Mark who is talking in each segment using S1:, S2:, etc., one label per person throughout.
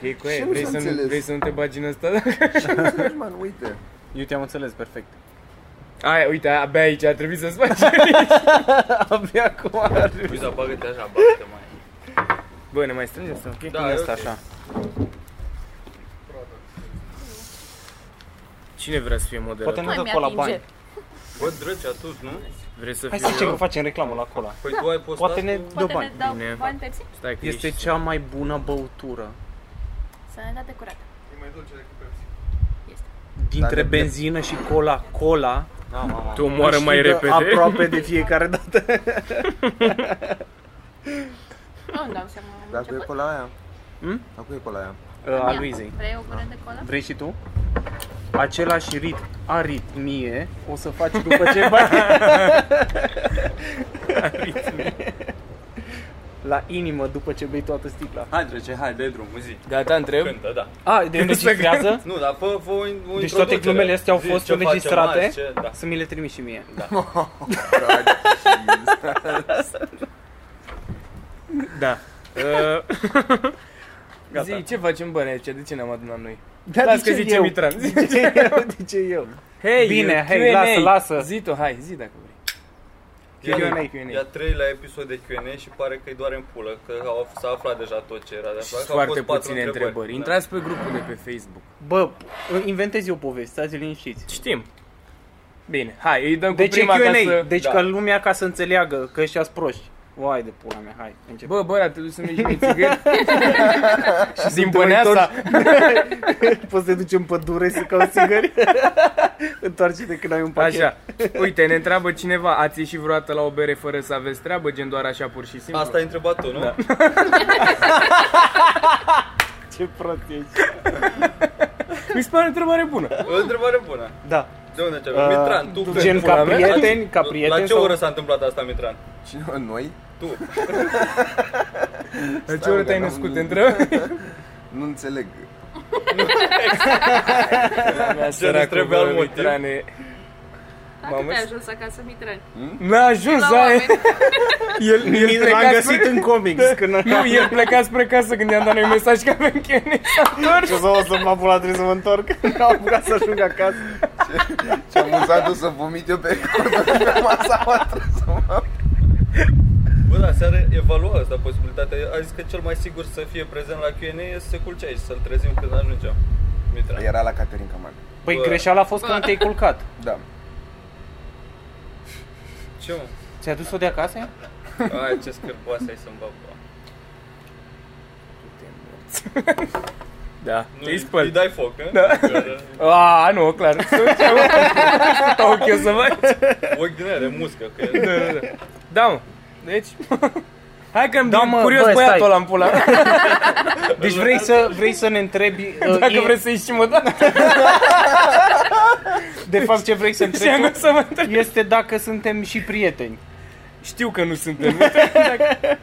S1: Chei cu
S2: Ce
S1: aia,
S2: nu
S1: vrei
S2: s-a
S1: să, nu,
S2: înțeles?
S1: vrei să nu te bagi în asta?
S2: Ce înțelegi, man, uite.
S3: Eu te-am înțeles perfect.
S1: Aia, uite, abia aici ar trebui să-ți faci.
S3: Abia acum ar
S4: Uite, bagă-te așa, bagă-te mai.
S1: Bă, ne mai strângem sau?
S3: Ok,
S4: Da,
S3: da,
S4: e
S3: asta
S4: ok.
S3: așa.
S1: Cine vrea să fie moderator?
S3: Poate nu
S5: Mai
S3: dă
S5: mi-atinge.
S3: pe la bani.
S4: Bă, drăcea, tu, nu?
S1: Vrei să
S3: Hai
S1: fiu
S3: să zicem că
S1: eu?
S3: facem reclamă la cola.
S4: Păi tu ai
S3: Da.
S4: postat
S3: Poate ne
S4: cu-
S3: dă
S5: Poate ne
S3: bani.
S5: dau
S1: Bine.
S5: bani Pepsi?
S1: Stai că
S3: Este
S1: ești...
S3: cea mai bună băutură
S5: Sănătate curată.
S3: dintre
S2: Dar-
S3: benzină și cola. Cola
S4: Da, mama.
S1: Tu moară
S3: își
S1: mai
S3: dă
S1: repede.
S3: aproape de fiecare dată.
S5: Nu îmi dau seama. am
S2: Dar cu e
S5: început.
S2: cola aia?
S3: Hmm?
S2: Dar cu e cola aia?
S3: A
S5: Ia,
S3: Luizei.
S5: Vrei o gură de cola?
S3: Ă, Vrei și tu? Același rit, aritmie, o să faci după ce bani. la inimă după ce bei toată sticla.
S4: Hai, drăce, hai, dai drumul, zi.
S1: Gata, întreb?
S4: Cântă, da.
S3: A, de înregistrează?
S4: Nu, dar fă, fă o, o
S3: Deci
S4: introducere.
S3: toate glumele astea au
S4: Zi,
S3: fost
S4: ce facem
S3: înregistrate
S4: azi, ce- Da.
S3: Să mi le trimiți și mie
S2: Da,
S3: Da
S1: Uh,
S3: Gata.
S1: Zi, ce facem bani aici? De ce ne-am adunat noi?
S3: Dar
S1: Las că zice Mitran.
S3: De ce eu? De ce eu?
S1: Hei,
S3: Bine,
S1: eu-
S3: hei,
S1: Q&A.
S3: lasă, lasă.
S1: Zi tu, hai, zi dacă vrei.
S4: Q&A,
S1: Q&A.
S4: E a treilea episod de Q&A și pare că-i doar în pulă, că au, s-a aflat deja tot ce era de
S1: Și
S4: aflat. că au
S1: foarte
S4: fost patru
S1: puține întrebări.
S4: Da.
S1: Intrați pe grupul de pe Facebook.
S3: Bă, inventez eu poveste, stați liniștiți
S1: Știm. Bine, hai, îi dăm cu
S3: Deci e
S1: prima
S3: Q&A,
S1: ca să...
S3: deci
S4: Da.
S3: ca lumea ca să înțeleagă că ăștia sunt proști Uai de pula mea, hai, începem
S1: Bă, bă, ăla, te duci să-mi ieși mie țigări? Și din
S3: Te mai
S1: băneasa?
S3: întorci- Poți să te duci în pădure să cauți țigări? Întoarce-te când ai un pachet
S1: Așa, uite, ne întreabă cineva, ați ieșit vreodată la o bere fără să aveți treabă, gen doar așa pur și simplu?
S4: Asta ai întrebat tu, nu? Da.
S3: Ce prost ești
S1: Mi se pare o întrebare bună.
S4: O întrebare bună.
S3: Da
S4: De unde ce?
S3: Uh,
S4: Mitran, tu
S3: gen
S4: când?
S3: ca
S4: Pula mea?
S3: prieteni,
S4: La-
S3: ca prieteni
S4: La ce
S3: sau-
S4: oră s-a întâmplat asta, Mitran?
S2: Cine noi?
S4: Tu.
S1: La ce oră te-ai
S2: mă,
S1: Deci, născut,
S2: nu-
S1: te întreabă?
S2: Nu înțeleg.
S1: Săracul
S4: trebuie
S1: bă,
S4: alt motiv?
S1: Mitrane.
S5: Dacă
S1: Mamă,
S5: te-ai ajuns acasă, Mitran?
S1: N-a ajuns,
S5: La
S1: aia.
S5: oameni.
S1: El, el
S3: L-am
S1: pleca
S3: găsit
S1: spre-
S3: în comics când
S1: Nu, el pleca spre casă când i-am dat noi mesaj că avem chene.
S3: Ce să o să mă pula, trebuie să mă întorc N-am apucat să ajung acasă
S2: Ce amuzat o să vomit eu pe cortul pe masa oastră să mă...
S4: Bă, da, seară evalua asta posibilitatea. A zis că cel mai sigur să fie prezent la Q&A e să se culce aici, să-l trezim când ajungem. Mitran.
S2: Era la Caterin Caman.
S3: Păi
S4: Bă.
S3: greșeala a fost că nu te-ai culcat
S2: Da.
S4: Ce mă?
S3: Ți-ai adus-o de acasă?
S4: Ai, ce scârboasă ai să-mi bag bă.
S1: Da,
S4: Nu,
S1: îi
S4: Îi
S1: spăl.
S4: dai foc, nu? Da.
S1: A, nu, clar. Sunt eu. Stau ochi eu să faci.
S4: Ochi din aia de muscă, că e...
S1: Da, da, da. Da, mă. Deci... Hai că
S3: Da,
S1: îmi
S3: mă,
S1: curios
S3: bă,
S1: băiatul
S3: stai.
S1: ăla în pula. mea.
S3: Deci vrei să, vrei să ne întrebi uh,
S1: Dacă
S3: e-
S1: vreți să ieșim o dată
S3: De fapt ce vrei să
S1: și am
S3: întrebi
S1: gândit să mă întreb.
S3: tu Este dacă suntem și prieteni
S1: Știu că nu suntem. Dacă-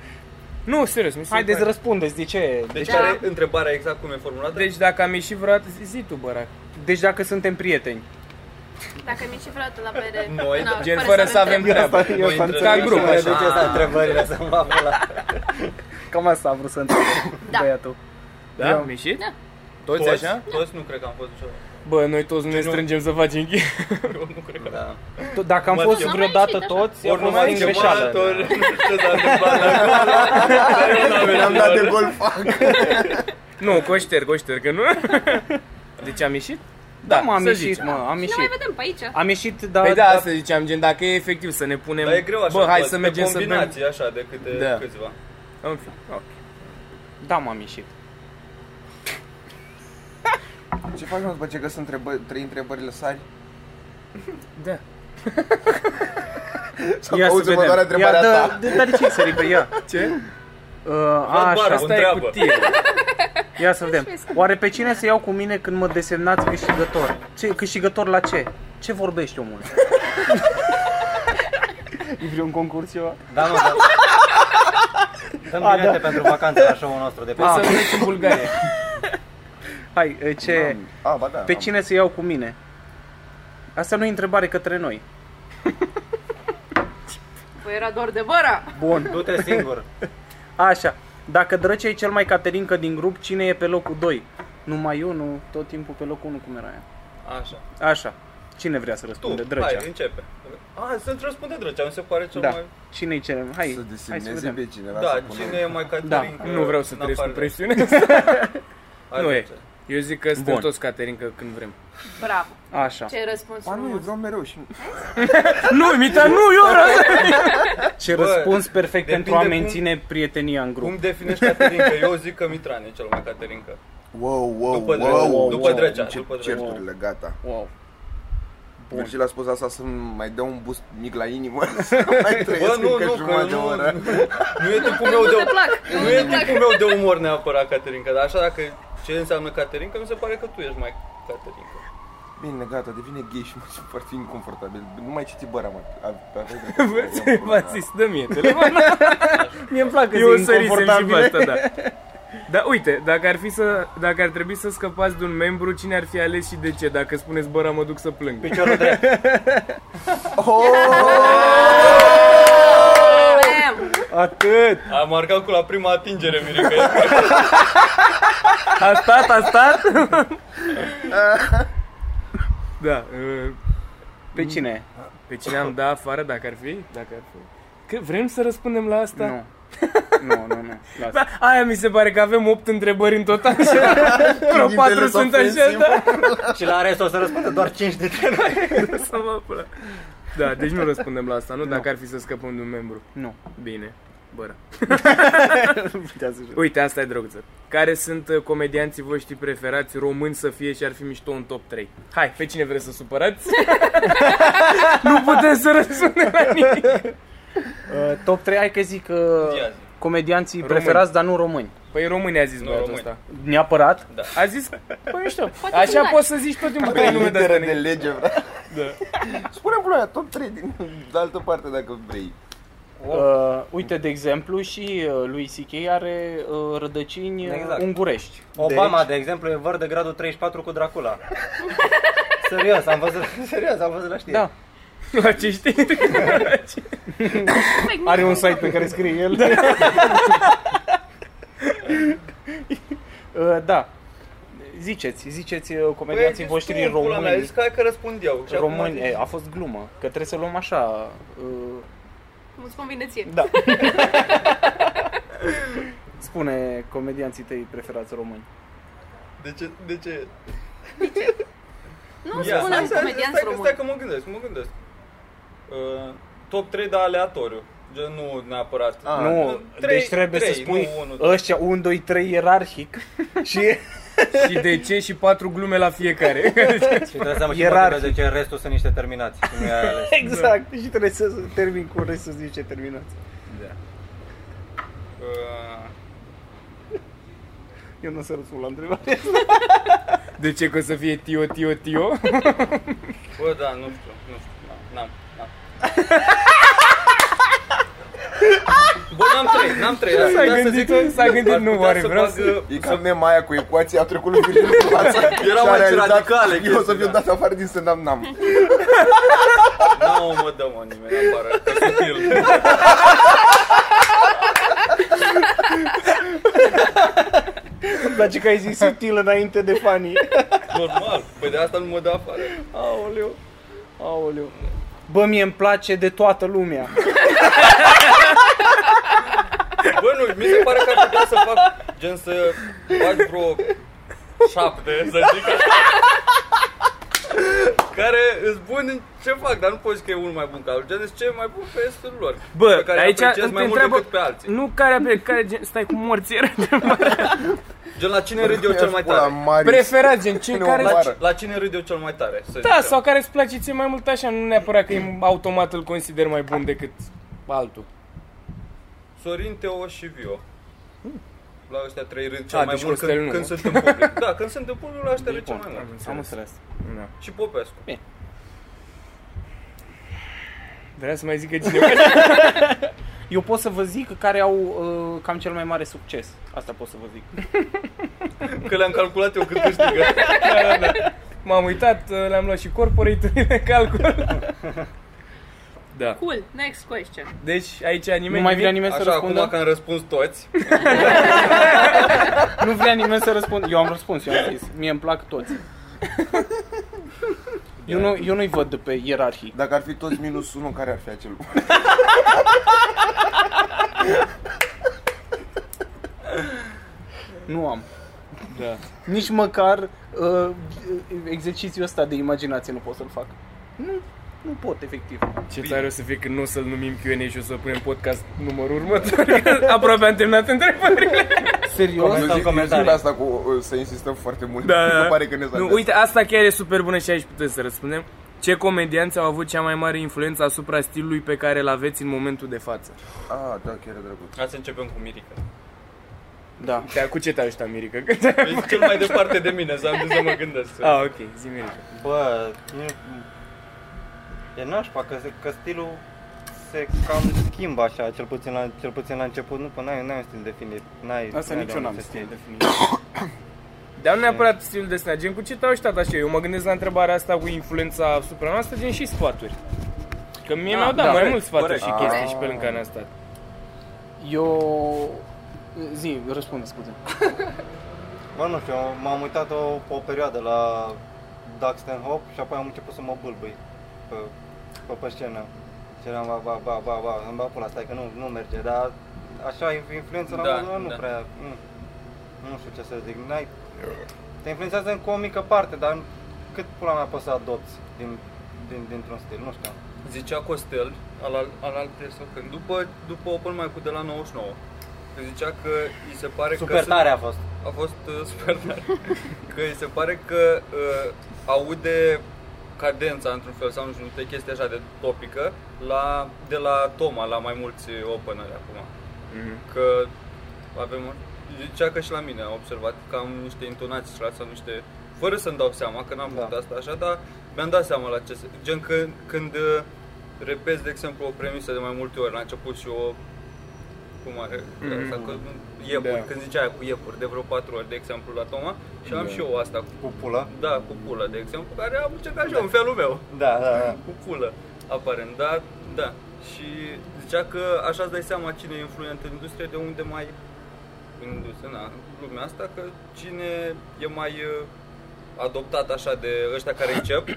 S1: Nu, serios, mi se
S3: Haideți
S1: pare.
S3: răspundeți, de ce?
S4: Deci
S3: Deci,
S5: Da.
S4: care e întrebarea exact cum e formulată?
S1: Deci dacă am ieșit vreodată, zi- zi tu, bărac.
S3: deci dacă suntem prieteni
S5: Dacă mi-e și vreodată la bere,
S4: Noi,
S5: na,
S1: Gen, fără să avem treabă.
S4: Noi
S3: înțeles
S1: ca
S3: că
S1: grup,
S3: mi-a
S1: așa.
S3: duce
S4: Deci,
S3: asta întrebările să mă fac la... Cam asta a vrut să întreb
S5: Da.
S3: băiatul
S1: Da? Am ieșit?
S5: Da.
S1: Toți
S4: toți,
S1: așa?
S4: Toți nu cred că am fost niciodată.
S1: Bă, noi toți nu ne strângem să facem ghi.
S4: Eu nu cred că da.
S3: Tu- Dacă am
S4: Mă,
S3: fost
S4: eu-
S3: vreodată
S5: Am ieșit, da.
S3: toți,
S4: Ori nu
S3: mai
S4: mai
S3: în
S4: chemat,
S3: greșeală
S4: ori nu știu ce s-a întâmplat acolo. Dar eu n-am venit
S2: Am dat de
S4: doar.
S2: gol fac.
S1: Nu, că o șterg, o șterg, că nu. Deci am ieșit?
S3: Da, mă, am
S1: să
S3: ieșit,
S1: zicem.
S3: mă, am
S5: Nu mai
S3: ieșit
S5: vedem pe aici.
S3: Am ieșit, dar...
S1: Păi da, asta ziceam, gen, dacă e efectiv să ne punem...
S4: Dar e greu așa,
S1: Bă, hai
S4: poate,
S1: să
S4: pe
S1: mergem să bem...
S4: combinații așa de câte
S1: Da.
S4: câțiva.
S1: În fine, ok.
S3: da, m-am ieșit
S2: Ce faci mă după ce că sunt întrebă- trei întrebările sari?
S1: Da.
S2: Sau
S1: Ia să
S2: cauți
S1: vedem.
S2: următoarea
S3: Ia,
S2: întrebarea
S3: da,
S2: ta?
S3: de, dar de ce ai sărit pe ea?
S1: Ce?
S3: Uh, așa,
S4: Barbu.
S1: Asta e
S4: Întreabă.
S1: cu tine.
S3: ia să vedem. Oare pe cine să iau cu mine când mă desemnați câștigător? Ce, câștigător la ce? Ce vorbești, omule? E vreun concurs ceva?
S6: Da, nu, da. Dăm bilete pentru vacanță la show-ul nostru de pe
S1: Să pleci în Bulgaria.
S3: Hai, uh, ce...
S2: A, ba da.
S3: Pe
S2: am-
S3: cine să iau cu mine? Asta nu e întrebare către noi.
S5: Păi era doar de băra.
S3: Bun.
S6: Du-te singur.
S3: Așa. Dacă Drăcea e cel mai caterincă din grup, cine e pe locul 2? Numai eu, nu, tot timpul pe locul 1, cum era aia?
S4: Așa.
S3: Așa. Cine vrea să
S4: Tu,
S3: răspunde?
S4: hai,
S3: Drăcea.
S4: începe. A, să-ți răspunde Drăcea, mi se pare cel
S3: Da.
S4: mai...
S3: Cine e cel mai... Hai,
S2: Să
S3: hai să
S2: desemneze
S3: vedem.
S2: pe cineva să
S4: Da,
S2: pună-
S4: cine e mai Caterin?
S3: Da.
S4: că-
S1: Nu vreau să
S4: în
S1: trăiesc cu
S4: afară de-
S1: presiune.
S4: Hai,
S1: Nu e.
S4: Drăcea.
S1: Eu zic că suntem
S3: Bun.
S1: toți Caterinca când vrem.
S5: Bravo.
S3: Așa.
S5: Ce răspuns
S2: Ba nu, eu
S5: frumos.
S2: vreau mereu și...
S1: Nu, Mita, nu, eu
S3: Ce
S4: Bă,
S3: răspuns perfect
S4: depinde
S3: pentru a
S4: cum-
S3: menține prietenia în grup.
S4: Cum definești Caterinca? Eu zic că Mitran e cel mai Caterinca.
S2: Wow, wow,
S4: După
S2: wow,
S4: Drăcea,
S2: wow,
S4: după
S2: wow,
S4: Drăcea,
S2: încep
S4: după Drăcea.
S2: certurile, gata.
S3: Wow. Bun.
S2: Virgil a spus asta să mai dea un boost mic la inimă să mai
S4: Bă,
S2: trăiesc
S4: nu,
S2: încă
S4: nu, că
S2: jumătate de
S4: nu,
S2: oră.
S4: nu e tipul meu de,
S5: te plac.
S4: nu e tipul meu de umor neapărat, Caterinca, dar așa dacă ce înseamnă Caterinca, mi se pare că tu ești mai Caterinca.
S2: Bine, gata, devine gay și mă simt foarte inconfortabil. Nu mai citi băra, mă. A- aveai dreptate.
S1: vreau. V-ați zis, dă mie telefonul.
S3: Mie îmi plac că
S1: Eu o
S3: sunt
S1: să risem și pe
S3: inconfortabil.
S1: asta, da. Dar uite, dacă ar, fi să, dacă ar trebui să scăpați de un membru, cine ar fi ales și de ce? Dacă spuneți, bă, mă duc să plâng.
S6: Piciorul drept.
S5: Bam!
S3: Atât.
S4: A marcat cu la prima atingere, Mirica.
S1: A stat, a stat? da. uh,
S3: Pe
S4: Mm.
S3: cine?
S1: Pe cine am dat afară, dacă ar fi? Dacă ar fi. Că vrem să răspundem la asta?
S4: Da.
S3: Nu. Nu, nu, nu. Lasă.
S1: Da, aia mi se pare că avem 8 întrebări în total și vreo
S2: Gândindu-le
S1: 4
S2: să
S1: sunt
S2: ofensiv.
S1: așa, da?
S6: Și la rest o să răspundă doar 5 dintre noi.
S1: Să mă pula. Da, deci nu răspundem la asta, nu? Dacă ar fi să scăpăm de un membru.
S3: Nu.
S1: Bine. Bără.
S3: Nu putea să jur.
S1: Uite, asta e drăguță. Care sunt uh, comedianții voștri preferați români să fie și ar fi mișto un top 3? Hai, pe cine vreți să supărați? nu putem să răspundem la nimic.
S3: Uh, top 3, hai că zic uh,
S4: Ia zi.
S3: comedianții
S1: Români.
S3: preferați, dar nu români.
S1: Păi români a zis
S4: Nu,
S1: băiatul
S4: români.
S1: ăsta.
S3: Neapărat.
S1: A zis, păi mișto.
S5: Poate
S1: Așa
S5: sunt
S1: poți să zici tot timpul
S2: Trei
S1: pe nume de
S2: litere de
S1: asta.
S2: lege, vreau. Spune-mi pula aia, top 3 din de altă parte dacă vrei.
S3: Uh, uite, de exemplu, și uh, lui C.K. are uh, rădăcini uh,
S6: Exact.
S3: ungurești.
S6: Obama,
S3: Deci-
S6: de exemplu, e văr de gradul 34 cu Dracula. Serios, am văzut, serios, am văzut la știri.
S3: Da.
S1: La ce știi?
S5: Perfect,
S3: Are un site pe care scrie el. uh, da. Ziceți, ziceți uh,
S4: Păi,
S3: comedianții voștri
S4: Mea,
S3: români.
S4: zic, hai că răspund eu. Și acum
S3: Români,
S4: zici-
S3: e, a fost glumă, că trebuie să luăm așa. Uh,
S5: Nu-ți convine ție.
S3: da. Spune comedianții tăi preferați români.
S4: De ce? De ce?
S5: Nu
S4: Ia,
S5: spunem
S4: stai,
S5: comedianți
S4: stai că- Stai
S5: români.
S4: că mă gândesc, mă gândesc. Uh, top 3, dar aleatoriu. Gen, nu neapărat.
S2: Ah.
S3: nu,
S4: trei-
S3: deci trebuie să
S4: trei,
S3: spui
S4: nu unul.
S3: ăștia 1, 2, 3 ierarhic și
S1: Și de ce și patru glume la fiecare.
S6: Și trebuie să am și
S3: Ierarhie.
S6: motivele de ce restul sunt niște terminați. și Nu e aia ales.
S3: exact, și trebuie să termin cu restul zice ce terminați.
S4: Uh,
S3: Eu nu o să răspund la întrebare.
S1: De ce că o să fie tio, tio, tio?
S4: Bă, da, nu știu, nu știu, n-am, n-am, n-am. Bă, n-am trei, n-am trei, dar
S1: S-a
S4: putea să
S1: gândit-
S4: zic-
S1: s-a gândit,
S4: ar
S1: nu,
S4: putea
S1: oare
S4: să
S1: vreau
S4: fac,
S1: să-
S4: uh,
S2: E ca mema aia cu ecuația, a trecut lui Virgil în față.
S4: Erau
S2: și a
S4: mai
S2: realizat,
S4: radicale
S2: Eu o să
S4: chestia.
S2: fiu dat afară din stand-up, n-am.
S4: Nu mă dă mă nimeni afară, că sunt el.
S3: Îmi place că ai zis subtil înainte de fanii.
S4: Normal, păi de asta nu mă dă afară.
S3: Aoleu, aoleu. Bă, mie îmi place de toată lumea.
S4: Bă, nu, mi se pare că ar putea să fac, gen să fac vreo șapte, să zic așa. Care îs bun în ce fac, dar nu poți că e unul mai bun ca altul. Gen, sunt cei mai bun pe estul lor.
S1: Bă,
S4: pe care îi
S1: aici
S4: apreciez
S1: te
S4: mai mult
S1: întreabă-
S4: decât pe alții.
S1: Nu care pe care gen, stai cu morții
S4: Gen, la cine râd eu cel mai
S2: Pula
S4: tare?
S2: mare.
S1: Preferați gen ce
S2: Nu,
S1: care
S2: la-
S4: La, la cine râd eu cel mai tare? Să
S1: Da,
S4: zicem.
S1: sau care îți place ție mai mult așa, nu neapărat că e automat îl consider mai bun decât altul.
S4: Sorin, Teo și Vio.
S1: Hmm.
S4: La ăștia trei râd
S1: A,
S4: cel mai
S1: deci
S4: mult
S1: Costel
S4: când,
S1: nu,
S4: când
S1: mă.
S4: sunt în public. Da, când sunt în public, la ăștia râd cel mai mult.
S3: Am înțeles.
S1: Da.
S4: Și Popescu.
S1: Vrea să mai zică cineva?
S3: Eu pot să vă zic care au uh, cam cel mai mare succes. Asta pot să vă zic.
S4: Că le-am calculat eu cât câștigă.
S1: uh, M-am uitat, le-am luat și corporate în calcul. Da.
S5: Cool, next question.
S1: Deci aici nimeni
S3: Nu mai vrea
S1: nimic?
S3: nimeni să
S4: Așa, acum
S3: răspundă?
S4: că am răspuns toți,
S3: Nu vrea nimeni să răspundă. Eu am răspuns, eu am zis. Mie îmi plac toți. Eu, nu, eu nu-i văd pe ierarhii.
S2: Dacă ar fi toți minus 1, care ar fi acel lucru?
S3: Nu am. Da. Nici măcar uh, exercițiul ăsta de imaginație nu pot să-l fac. Nu, nu pot, efectiv.
S1: Ce tare o să fie când nu o să-l numim Q&A și o să punem podcast numărul următor. că Aproape am terminat întrebările.
S3: Serios?
S2: Eu zic, eu zic
S6: comentarii.
S2: la asta cu uh, să insistăm foarte mult.
S1: Da, da.
S2: Că pare că ne s-a
S1: Nu,
S2: dat.
S1: uite, asta chiar e super bună și aici putem să răspundem. Ce comedianți au avut cea mai mare influență asupra stilului pe care îl aveți în momentul de față?
S2: Ah, da, chiar e drăguț.
S4: hai să începem cu Mirica.
S3: Da.
S1: Te, cu ce te-a ajutat, Mirica?
S4: Păi cel mai departe de mine, să am zis să mă gândesc.
S1: ah, ok, zi Mirica.
S6: Bă, e, e nașpa că, se- că stilul se cam schimbă așa, cel puțin la, cel puțin la început, nu, până n-ai, n-ai un stil definit. N-ai,
S3: Asta
S1: Da,
S6: n-ai
S3: nici
S6: de
S3: eu
S6: unde
S3: n-am
S6: să știi.
S3: stil definit.
S1: Dar nu neapărat stilul de scenă, gen cu ce te-a ajutat așa? Eu mă gândesc la întrebarea asta cu influența asupra noastră, gen și sfaturi. Că mie
S3: Da,
S1: mi-au dat
S3: da, ah.
S1: mai
S3: corect,
S1: mult sfaturi
S3: corect.
S1: și chestii și pe lângă care ne-am stat.
S3: Eu... Zi, răspunde, scuze.
S6: Bă, nu știu, m-am uitat o, o perioadă la Doug Stanhope și apoi am început să mă bâlbâi pe, pe, pe scenă. Și eram, ba, ba, ba, ba, ba, îmi bag pula, stai că nu, nu merge, dar așa influența la
S4: Da,
S6: modul, nu
S4: da.
S6: prea, nu, nu știu ce să zic, n-ai, te influențează încă o mică parte, dar cât pula mea poți să adopți din, din, dintr-un stil, nu știu.
S4: Zicea Costel, al, al, al altei sau când, după, după open mai cu de la 99, că zicea că îi se pare că...
S6: Super
S4: sunt-
S6: tare a fost.
S4: A fost uh, super tare. Că îi se pare că uh, aude cadența într-un fel sau nu știu, de chestia așa de topică la, de la Toma, la mai mulți openeri acum. Că avem, zicea că și la mine am observat că am niște intonații și la asta, niște, fără să-mi dau seama, că n-am
S6: Da.
S4: făcut asta așa, dar mi-am dat seama la ce se, gen când, când uh, repezi, de exemplu, o premisă de mai multe ori la început și o cum are, mm-hmm. că, iepuri,
S1: Da.
S4: da. când zicea aia cu iepuri, de vreo patru ori, de exemplu, la Toma, și am și eu asta, cu,
S6: Cu pula.
S4: da, cu pula, de exemplu, care am încercat și eu, în felul meu,
S6: Da, da, da.
S4: cu pulă, aparent, da, da. Și zicea că așa îți dai seama cine e influent în industrie, de unde mai, în industrie, na, în lumea asta, că cine e mai uh, adoptat așa de ăștia care încep,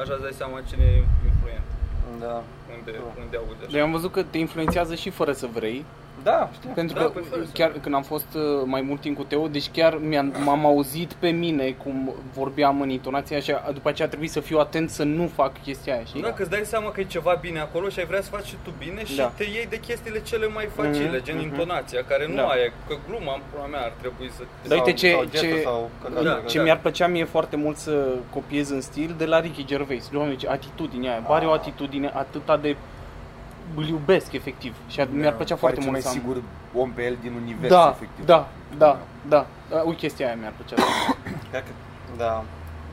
S4: așa îți dai seama cine e influent,
S6: Da.
S4: unde,
S6: Da.
S4: unde auzi așa.
S3: Dar eu am văzut că te influențează și fără să vrei.
S6: Da, știu.
S3: Pentru
S4: Da,
S3: că
S4: păi, fără să
S3: chiar când am fost uh, mai mult timp cu Teo, deci chiar mi-am, m-am auzit pe mine cum vorbeam în intonația și a- după aceea a trebuit să fiu atent să nu fac chestia aia, știi?
S4: Da, că îți dai seama că e ceva bine acolo și ai vrea să faci și tu bine și
S3: Da.
S4: te iei de chestiile cele mai facile, gen intonația, care nu
S3: Da.
S4: ai, că gluma în pula mea ar trebui să...
S3: Dar uite
S6: Sau-
S3: ce,
S6: sau gestul
S3: ce,
S6: sau căcatul,
S4: da,
S6: căcatul.
S3: ce mi-ar plăcea mie foarte mult să copiez în stil de la Ricky Gervais. Doamne, ce atitudine aia. Are o atitudine atâta de... Îl iubesc, efectiv. Și a- mi-ar plăcea foarte
S2: Da. Pare
S3: mult să
S2: cel
S3: am.
S2: mai sigur om pe el din univers,
S3: da,
S2: efectiv.
S3: da, da, da, da. O chestie aia mi-ar plăcea. să am.
S6: Cred că, da,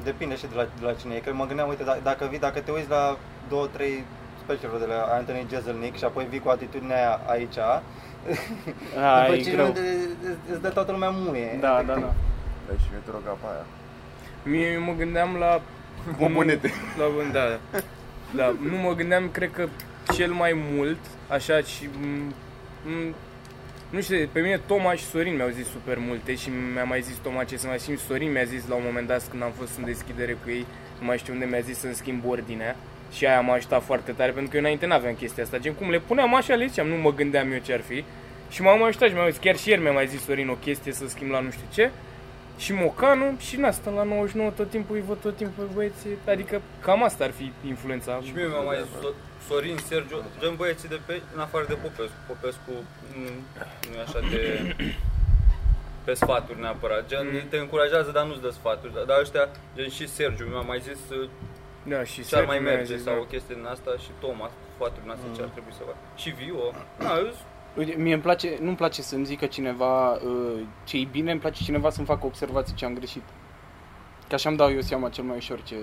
S6: depinde și de la, de la cine e. Că mă gândeam, uite, dacă, dacă, vii, dacă te uiți la două, trei specialuri de la Anthony Jeselnik și apoi vii cu atitudinea aia aici,
S3: A,
S6: după
S3: e
S6: 5
S3: greu.
S6: minute îți- îți dă toată lumea muie.
S3: Da, da, da.
S2: Da, și mi-e te rog apa aia.
S1: Mie eu mă gândeam la...
S2: Bombonete.
S1: La, da, da. da, nu mă gândeam, cred că cel mai mult, așa și... m- m- nu știu, pe mine Toma și Sorin mi-au zis super multe și mi-a mai zis Toma ce să mai schimb. Sorin mi-a zis la un moment dat când am fost în deschidere cu ei, nu mai știu unde mi-a zis să-mi schimb ordinea. Și aia m-a ajutat foarte tare pentru că eu înainte n-aveam chestia asta. Gen cum le puneam așa, le ziceam, nu mă gândeam eu ce ar fi. Și m-am ajutat și mi-a zis, chiar și ieri mi-a mai zis Sorin o chestie să schimb la nu știu ce și Mocanu și în asta la 99 tot timpul îi văd tot timpul băieții, adică cam asta ar fi influența.
S4: Și mie mi-a mai zis So- Sorin, Sergiu, gen băieții de pe, în afară de Popescu. Popescu nu, nu e așa de pe sfaturi neapărat. Gen,
S1: Mm.
S4: te încurajează, dar nu-ți dă sfaturi. Dar, dar ăștia, gen și Sergiu, mi-a mai zis uh,
S1: Da, și
S4: ce ar
S1: Sergiu
S4: mai
S1: mi-a
S4: merge
S1: zis,
S4: sau o
S1: da. Mm.
S4: chestie din asta și Toma, sfaturi din astea ce ar trebui să fac. Și Vio, na, eu sunt
S3: Uite, mie îmi place, nu-mi place să-mi zică cineva uh, ce-i bine, îmi place cineva să-mi facă observații ce am greșit. Că așa îmi dau eu seama cel mai ușor ce...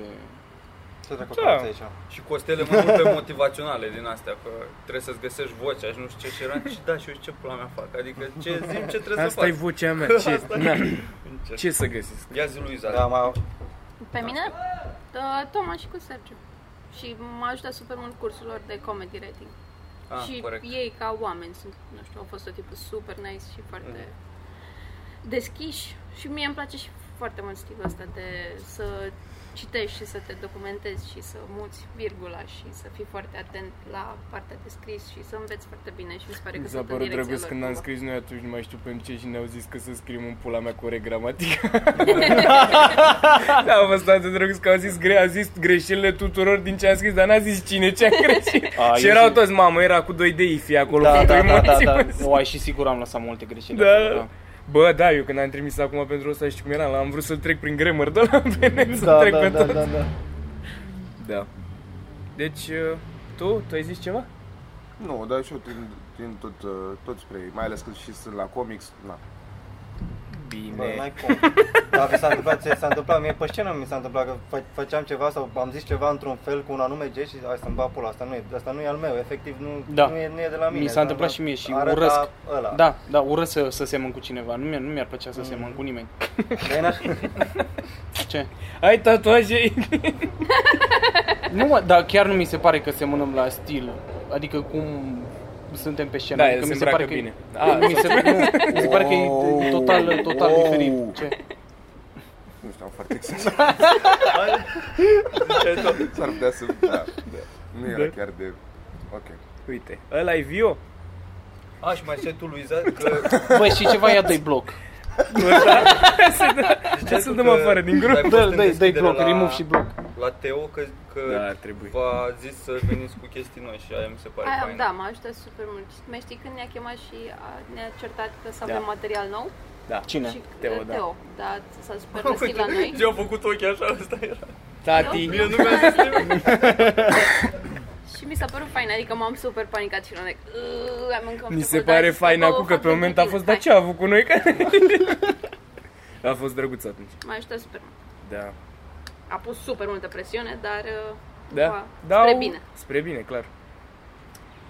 S6: Ce dracu
S1: Da.
S6: faci aici?
S4: Și costele mai mult pe motivaționale din astea, că trebuie să-ți găsești vocea și nu știu ce și eram, și da, și eu ce pula mea fac, adică ce zim, ce trebuie
S1: Asta e
S4: să fac.
S1: vocea mea, ce, da. na,
S4: Încerc.
S1: ce să găsesc?
S4: Ia zi lui Zara.
S6: Da,
S4: Da.
S6: mai
S5: Pe mine? Da, Toma și cu Sergiu. Și m-a ajutat super mult cursul lor de comedy writing.
S4: Ah,
S5: și
S4: corect.
S5: ei ca oameni sunt, nu știu, au fost tot tipul super nice și foarte
S1: Mhm.
S5: deschiși și mie îmi place și foarte mult stilul ăsta de să citești și să te documentezi și să muți virgula și să fii foarte atent la partea de scris și să înveți foarte bine și mi se pare că
S1: Mi s-a
S5: sunt în
S1: părut
S5: direcția
S1: drăguț
S5: lor
S1: când am
S5: cumva.
S1: scris noi atunci, nu mai știu pentru ce și ne-au zis că să scriem în pula mea corect gramatica. da, a fost atât de drăguț că au zis, gre- a zis greșelile tuturor din ce am scris, dar n-a zis cine ce a greșit.
S3: A,
S1: și
S3: eu
S1: erau
S3: zic-
S1: toți, mamă, era cu 2 de ifi acolo.
S3: Da,
S1: cu
S3: da,
S1: doi
S3: da, da,
S1: mulți.
S3: da. O, ai și sigur am lăsat multe greșeli. acolo,
S1: Da. Bă, da, eu când am trimis acum pentru ăsta, știi cum era? L-am vrut să-l trec prin grammar de la PN, să
S3: Da,
S1: trec pe
S3: da, da,
S1: tot.
S3: da, da.
S1: Da. Deci, uh, tu, tu ai zis ceva?
S2: Nu, dar și eu tind, tind tot, uh, tot spre ei, mai ales că și sunt la comics, na.
S6: Bă,
S1: Bine.
S6: n-ai cum. Dar vi s-a întâmplat, ți- s-a întâmplat, mie pe scenă mi s-a întâmplat că fă- făceam ceva sau am zis ceva într-un fel cu un anume gest și hai să-mi bag pula, asta nu e, asta nu e al meu, efectiv nu,
S3: Da.
S6: nu, e, nu e de la
S3: Mi
S6: mine.
S3: s-a întâmplat
S6: dar
S3: și mie și
S6: arăta
S3: urăsc.
S6: Ăla.
S3: Da, da, urăsc să, să semăn cu cineva. Nu mi-ar, nu mi-ar plăcea să semăn cu nimeni.
S6: Dar n-aș-
S3: Ce?
S1: Ai tatuaje?
S3: Nu, mă, dar chiar nu mi se pare că semănăm la stil. Adică cum suntem pe scenă.
S1: Da,
S3: adică
S1: el
S3: mi
S1: se
S3: se Ah.
S1: îmbracă
S3: pare că
S1: bine.
S3: A, mi, se, nu, mi se pare că e total, total
S2: Wow.
S3: diferit. Ce?
S2: Nu știu, am foarte exagerat. S-ar putea să... Da, da. Nu era
S1: Da.
S2: chiar de... Ok.
S1: Uite, ăla e Vio?
S4: A, și mai zice tu, Luiza,
S1: Da,
S4: că
S3: Bă, și ceva ia dai bloc.
S4: ziceai
S1: să
S4: tu
S1: dăm
S4: că
S1: afară din grup.
S4: ai fost
S3: Dă,
S4: în
S3: dai, dai
S4: deschidere
S3: bloc,
S4: la-
S3: remove și bloc.
S4: La Teo că, că
S1: Da, ar trebui.
S4: v-a zis să veniți cu chestii noi și aia mi se pare
S5: Aia,
S4: faină.
S5: da, m-a ajutat super mult. Și Mai știi când ne-a chemat și a, ne-a certat că să avem
S1: Da.
S5: material nou?
S1: Da.
S5: Și
S3: Cine?
S1: Teo,
S5: Teo,
S1: da.
S5: da. Teo, da, s-a super găsit la noi.
S4: Ce-au făcut ochii așa, asta era.
S1: Tati.
S5: Eu-
S4: Mie nu mi-a zis nimic.
S5: Și mi s-a părut fain, adică m-am super panicat și am am mâncat
S1: Mi se pare fain acum că pe moment a fost, dar ce a avut cu noi? Că- a fost drăguț atunci.
S5: M-a ajutat super mult.
S1: Da.
S5: A pus super multă presiune, dar uh,
S1: Da?
S5: după-
S1: da
S5: spre bine.
S1: Spre bine, clar.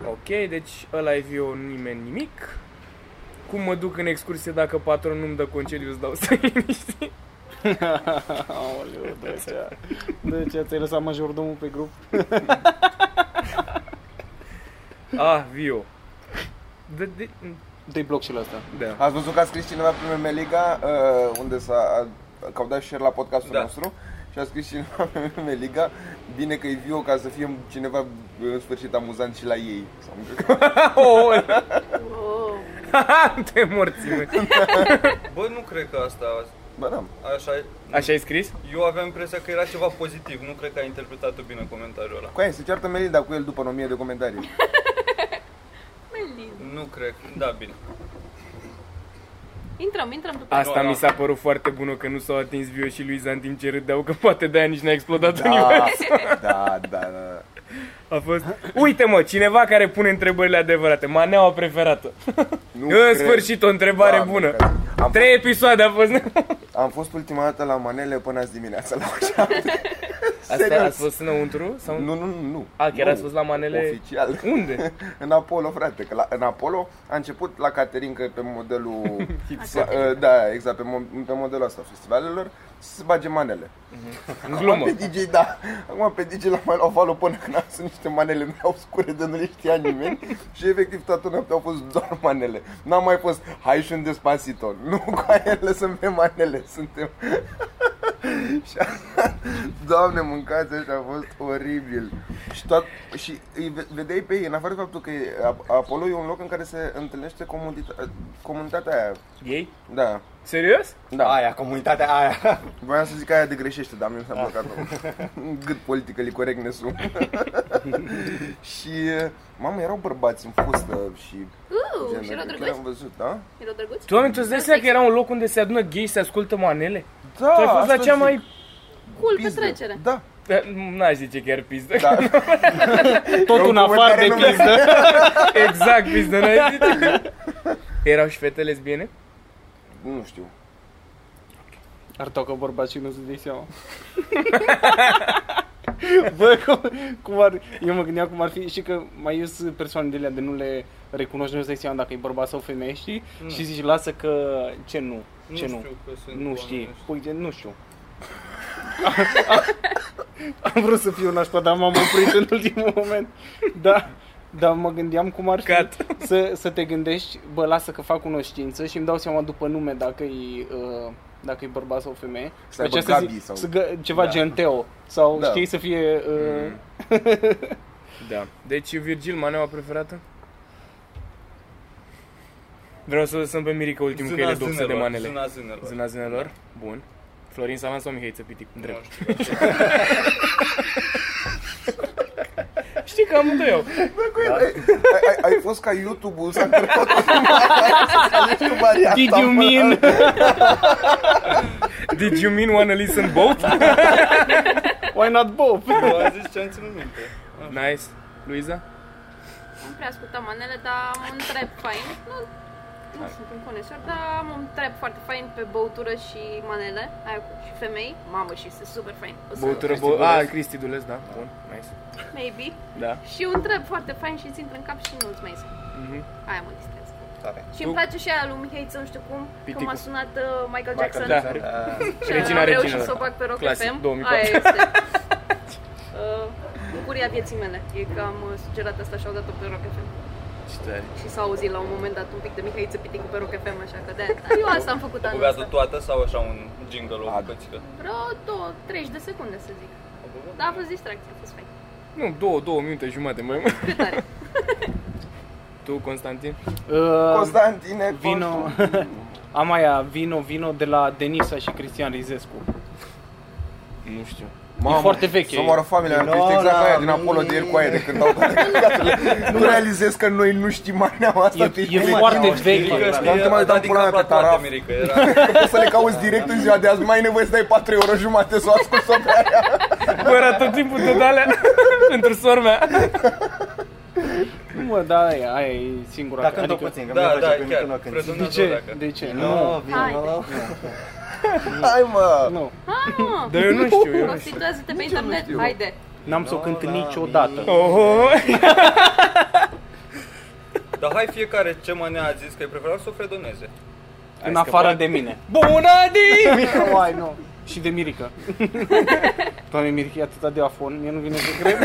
S1: Ok, deci ăla e Vio, nimeni nimic. Cum mă duc în excursie dacă patronul nu-mi dă concediu, îți dau să liniștit.
S3: Aoleu, Dăcea. Dăcea, ți-ai lăsat majordomul pe grup?
S1: Ah, Vio. De, de,
S3: Dai bloc și la asta.
S1: da.
S2: Ați văzut că a scris cineva pe Memeliga, uh, unde s-a... A, că au dat share la podcastul
S4: Da.
S2: nostru și a scris cineva pe Memeliga, bine că e viu ca să fie cineva uh, în sfârșit amuzant și la ei. Sau nu știu.
S1: Oh,
S5: Oh,
S1: te morțime.
S4: Bă, nu cred că asta,
S2: Bă, da.
S4: așa, e.
S1: Așa ai scris?
S4: eu aveam impresia că era ceva pozitiv, nu cred că ai interpretat-o bine comentariul ăla.
S2: Cu aia, se ceartă Melinda cu el după în 1000 de comentarii.
S5: Melin.
S4: Nu cred, da, bine.
S5: Intrăm, intrăm după
S1: Asta
S4: Da, da.
S1: mi s-a părut foarte bună că nu s-au atins Vio și Luiza în timp ce râdeau că poate de-aia nici n-a explodat da.
S2: da, da, da, da.
S1: A fost... Uite mă, cineva care pune întrebările adevărate, maneaua preferată.
S2: Nu
S1: În
S2: cred.
S1: sfârșit o întrebare
S2: Doamne,
S1: bună.
S2: că- Am,
S1: Trei episoade a fost.
S2: am fost ultima dată la manele până azi dimineața la așa.
S1: Asta a fost înăuntru? Sau...
S2: Nu, nu, nu, nu.
S1: A, Ah, chiar
S2: Nu.
S1: ați fost la manele?
S2: Oficial.
S1: Unde?
S2: în Apollo, frate, că la, în Apollo a început la Caterin, că pe modelul...
S5: Hipster.
S2: Sa- da, exact, pe, mo- pe modelul ăsta, festivalelor, să se bage manele.
S1: În glumă.
S2: Pe DJ, da. Acum pe DJ la mai luat valul până când a sunt niște manele mele obscure de nu le știa nimeni și efectiv toată noaptea au fost doar manele. N-am mai fost, hai și un despacito. Nu, cu aia lăsăm pe manele, suntem... și a- Doamne, mâncați așa, a fost oribil. Și, toat, și îi ve- vedeai pe ei, în afară de faptul că e- Ap- Apollo e un loc în care se întâlnește comunita- comunitatea aia.
S1: Ei?
S2: Da,
S1: Serios?
S2: da.
S6: Aia, comunitatea aia.
S2: Voiam să zic că aia de greșește, dar mi s-a blocat un gât politically correctness Și, mamă, erau bărbați în fustă și...
S5: Uh,
S2: gen,
S5: și erau
S2: chiar
S5: drăguți?
S2: am văzut, da?
S5: Erau drăguți?
S1: Tu oameni, tu îți dai seama că era un loc unde se adună gay și se ascultă manele?
S2: Da,
S1: tu ai fost la
S2: asta
S1: cea
S2: zic,
S1: mai...
S5: Cool
S2: pizdă.
S5: petrecere.
S2: Da.
S1: Da, N-aș zice chiar pizdă.
S2: Da.
S3: Tot un afară de
S2: comentariu
S3: pizdă.
S1: Exact, pizdă, n-aș zice. Erau și fete lesbiene?
S2: Nu știu.
S3: Artau ca bărbat și nu se dai seama. Bă, cum, cum ar, eu mă gândeam cum ar fi și că mai ies persoane de alea de nu le recunoști, nu-ți dai seama dacă e bărbat sau femeie, știi? Și zici, lasă că ce nu,
S4: Nu
S3: ce nu,
S4: știu că sunt
S3: nu
S4: oameni
S3: știi, Păi,
S4: ăștia.
S3: pui de, nu știu. Am vrut să fiu nașpa, dar m-am oprit în ultimul moment. Da, dar mă gândeam cum ar fi
S1: Cut.
S3: să, să te gândești, bă, lasă că fac cunoștință și îmi dau seama după nume dacă e uh, dacă e bărbat sau femeie.
S2: Să
S3: După
S2: aibă
S3: aceea
S2: Gabi sau-
S3: să gă, ceva
S4: Da.
S3: da. gen Teo. Sau
S2: Da.
S3: da. știi să fie... Uh,
S1: Da. Deci Virgil, maneaua preferată? Vreau să lăsăm pe Mirica ultimul, că el e doxă de manele.
S4: Zâna zânelor.
S1: Zâna zânelor? Bun. Florin Salan sau Mihai Țăpitic? Drept.
S4: Nu știu.
S1: Știi că amândoi eu.
S2: Ai, ai, ai fost ca YouTube-ul s-a încărcat Nu știu varianta,
S3: Did you
S2: mă.
S3: mean?
S1: Did you mean wanna listen both?
S3: Why not both?
S4: Eu am zis ce am ținut minte.
S1: nice. Luiza?
S5: Nu prea ascultam manele, dar am un trap fain. Nu, nu sunt un conesor, dar am un trap foarte fain pe băutură și manele, aia cu și femei. Mamă, și este super fain. O să
S1: Băutură,
S2: Cristi
S1: bă...
S2: Dulez.
S1: Ah, Cristi Dulez, da. Bun. Nice.
S5: Maybe.
S1: Da.
S5: Și un trap foarte fain și ți intră în cap și nu-ți mai iese.
S1: Mhm.
S5: Aia mă distrează.
S6: Tare.
S5: Și îmi
S1: Tu-
S5: place și aia lui Mihai Ță, nu știu cum,
S1: Piticul.
S5: că m-a sunat uh, Michael Jackson.
S1: Da.
S5: Și
S1: Regina
S5: am reușit
S1: reginilor.
S5: să o bag pe Rock
S1: Clasic,
S5: FM.
S1: 2004.
S5: Aia este. Uh, bucuria vieții mele. E că am uh, sugerat asta și au dat-o pe Rock FM.
S1: Ce tare.
S5: Și s-a auzit la un moment dat un pic de Mihai Țăpiticu pe Rock FM, așa că de Dar eu asta am făcut anul
S4: Băgat-o
S5: ăsta.
S4: toată sau așa un jingle o
S2: Ad.
S4: bucățică?
S5: Vreo două, 30 de secunde să zic. Dar a fost distracție, a fost fain.
S1: Nu, două, două minute jumate mai mult.
S5: Cât are?
S1: Tu, Constantin?
S2: Mm.
S3: Uh,
S2: Constantine,
S3: vino... Am aia, vino, vino de la Denisa și Cristian Rizescu.
S1: Nu știu.
S2: Mamă,
S3: foarte veche.
S2: Să moară familia, am
S6: Vino
S2: no, exact
S6: la
S2: aia din Apollo de el cu aia de când au toate căcaturile. Nu realizez că noi nu știm maneaua asta.
S3: E-
S2: tu ești
S3: e
S2: primul.
S3: foarte
S2: Nu, știi?
S3: veche.
S6: da.
S2: Dar nu te mai dau pula mea pe taraf.
S4: Mirica, era...
S2: Că poți să le cauți direct în ziua de azi. Mai ai nevoie să dai 4 euro jumate să o asculti-o pe aia.
S1: Bă, era tot timpul de alea pentru sora mea.
S3: Nu, mă, da, aia, aia e singura. adică,
S6: Dacă cânt puțin, că
S4: Da,
S6: mi-e
S4: da,
S6: place când
S4: chiar.
S6: când când
S3: De
S4: Predonează
S3: ce?
S4: dacă.
S3: De ce?
S6: Nu,
S3: Nu,
S6: vino.
S2: Hai mă!
S3: nu.
S5: Ah,
S1: Dar eu nu știu, eu nu știu.
S5: Prostituează-te pe internet,
S2: știu.
S5: haide!
S3: N-am să o cânt
S6: la
S3: niciodată.
S1: Oho.
S4: Dar hai fiecare ce manea a zis că e preferat să o fredoneze.
S3: În
S1: Ai
S3: afară
S1: scăpat.
S3: de mine.
S1: Bună din!
S3: Uai, nu. Și de Mirica. Doamne, Mirica e atâta de afon, mie nu vine să cred.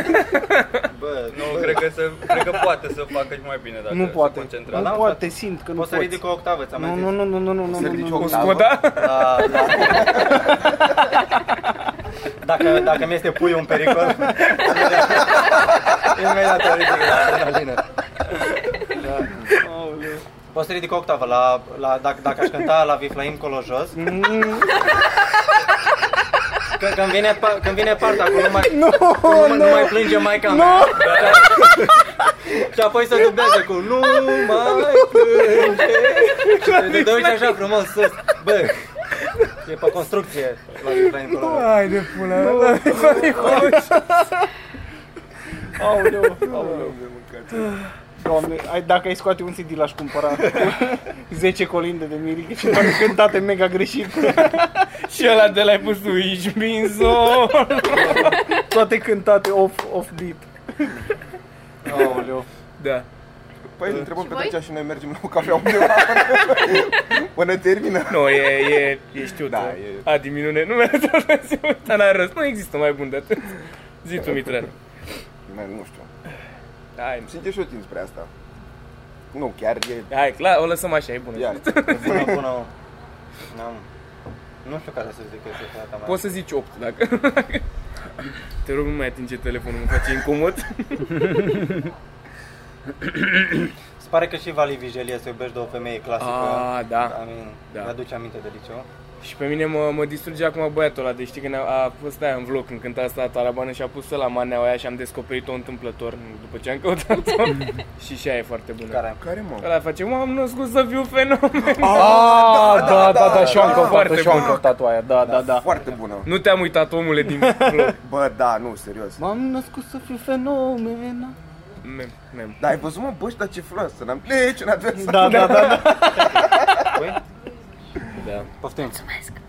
S6: Bă, da.
S4: Nu, cred că, se, cred că poate să facă și mai bine dacă
S3: Nu poate.
S4: se
S3: Nu
S4: concentrează.
S6: Ba da,
S3: poate, simt că nu
S6: Poți să
S3: poți.
S6: ridic o octavă, ți-am
S3: Nu,
S6: mai
S3: nu,
S6: zis. Da,
S3: nu, nu, nu, nu, nu,
S2: Se ridice
S3: nu,
S2: o
S3: nu. da.
S2: octavă.
S1: Scoda?
S6: La, la... dacă, dacă mi este puiul în pericol, imediat o ridic la adrenalină. Da. Poți să ridic o octavă, la, la, dacă, dacă aș cânta la Viflaim colo jos, Mm. că, când, vine, pa- când vine partea cu nu mai, nu, nu, nu mai plânge mai mea. Și apoi se dublează cu Nu mai plânge Te duci așa frumos sus Bă, e pe construcție la Viflaim colo
S4: Da.
S6: jos.
S1: Hai de pula mea, da, mi-e foame.
S3: Aoleu, aoleu. Doamne, ai, dacă ai scoate un CD l-aș cumpăra cu 10 colinde de mirică și doar cântate mega greșit.
S1: Și ăla de la ai pus tu, ești binzo.
S3: Toate cântate off, off beat. Aoleu.
S1: Da.
S2: Păi îl întrebăm pe
S5: voi?
S2: Tăcea și noi mergem la o cafea undeva până termină.
S1: Nu, e, e, e știu,
S2: Da,
S1: da,
S2: e-
S1: e... A, diminune, nu mi-a dat să mă uit, dar n-a răs. Nu există mai bun de atât. Zi tu, Mitran.
S2: Mai Nu știu.
S1: Hai,
S2: Sincer și eu tind spre asta. Nu, chiar e...
S1: hai, clar, o lăsăm așa, e bună.
S2: Iar.
S6: Bună, bună om. N-am... Nu știu care să zic că este fata mea.
S1: Poți să zici 8 dacă... Te rog, nu mai atinge telefonul, mă face incomod.
S6: Se pare că și Vali Vigelie se iubește de o femeie clasică.
S1: Ah,
S6: I
S1: da.
S6: mean,
S1: Da.
S6: Mi-aduce aminte de liceu.
S1: Și pe mine mă, mă distruge acum băiatul ăla, deci știi când a, a fost aia în vlog, când cânta asta Tarabană și a pus la maneaua aia și am descoperit-o întâmplător după ce am căutat-o. și și aia e foarte bună.
S6: Care?
S2: Care mă?
S1: Ăla face, m-am născut să fiu fenomen.
S3: Ah, da, da, da, și eu am
S1: foarte
S3: căutat-o, și eu am
S1: bună.
S3: căutat-o aia, da, da, da.
S2: Foarte bună.
S1: Nu te-am uitat, omule, din vlog.
S2: Bă, da, nu, serios.
S3: M-am născut să fiu fenomen.
S1: Mem, mem.
S2: Dar ai văzut, mă, bă, și dar ce frumos, să n-am niciun adversar.
S3: Da, da, da, da.
S1: Da.
S6: Poftim.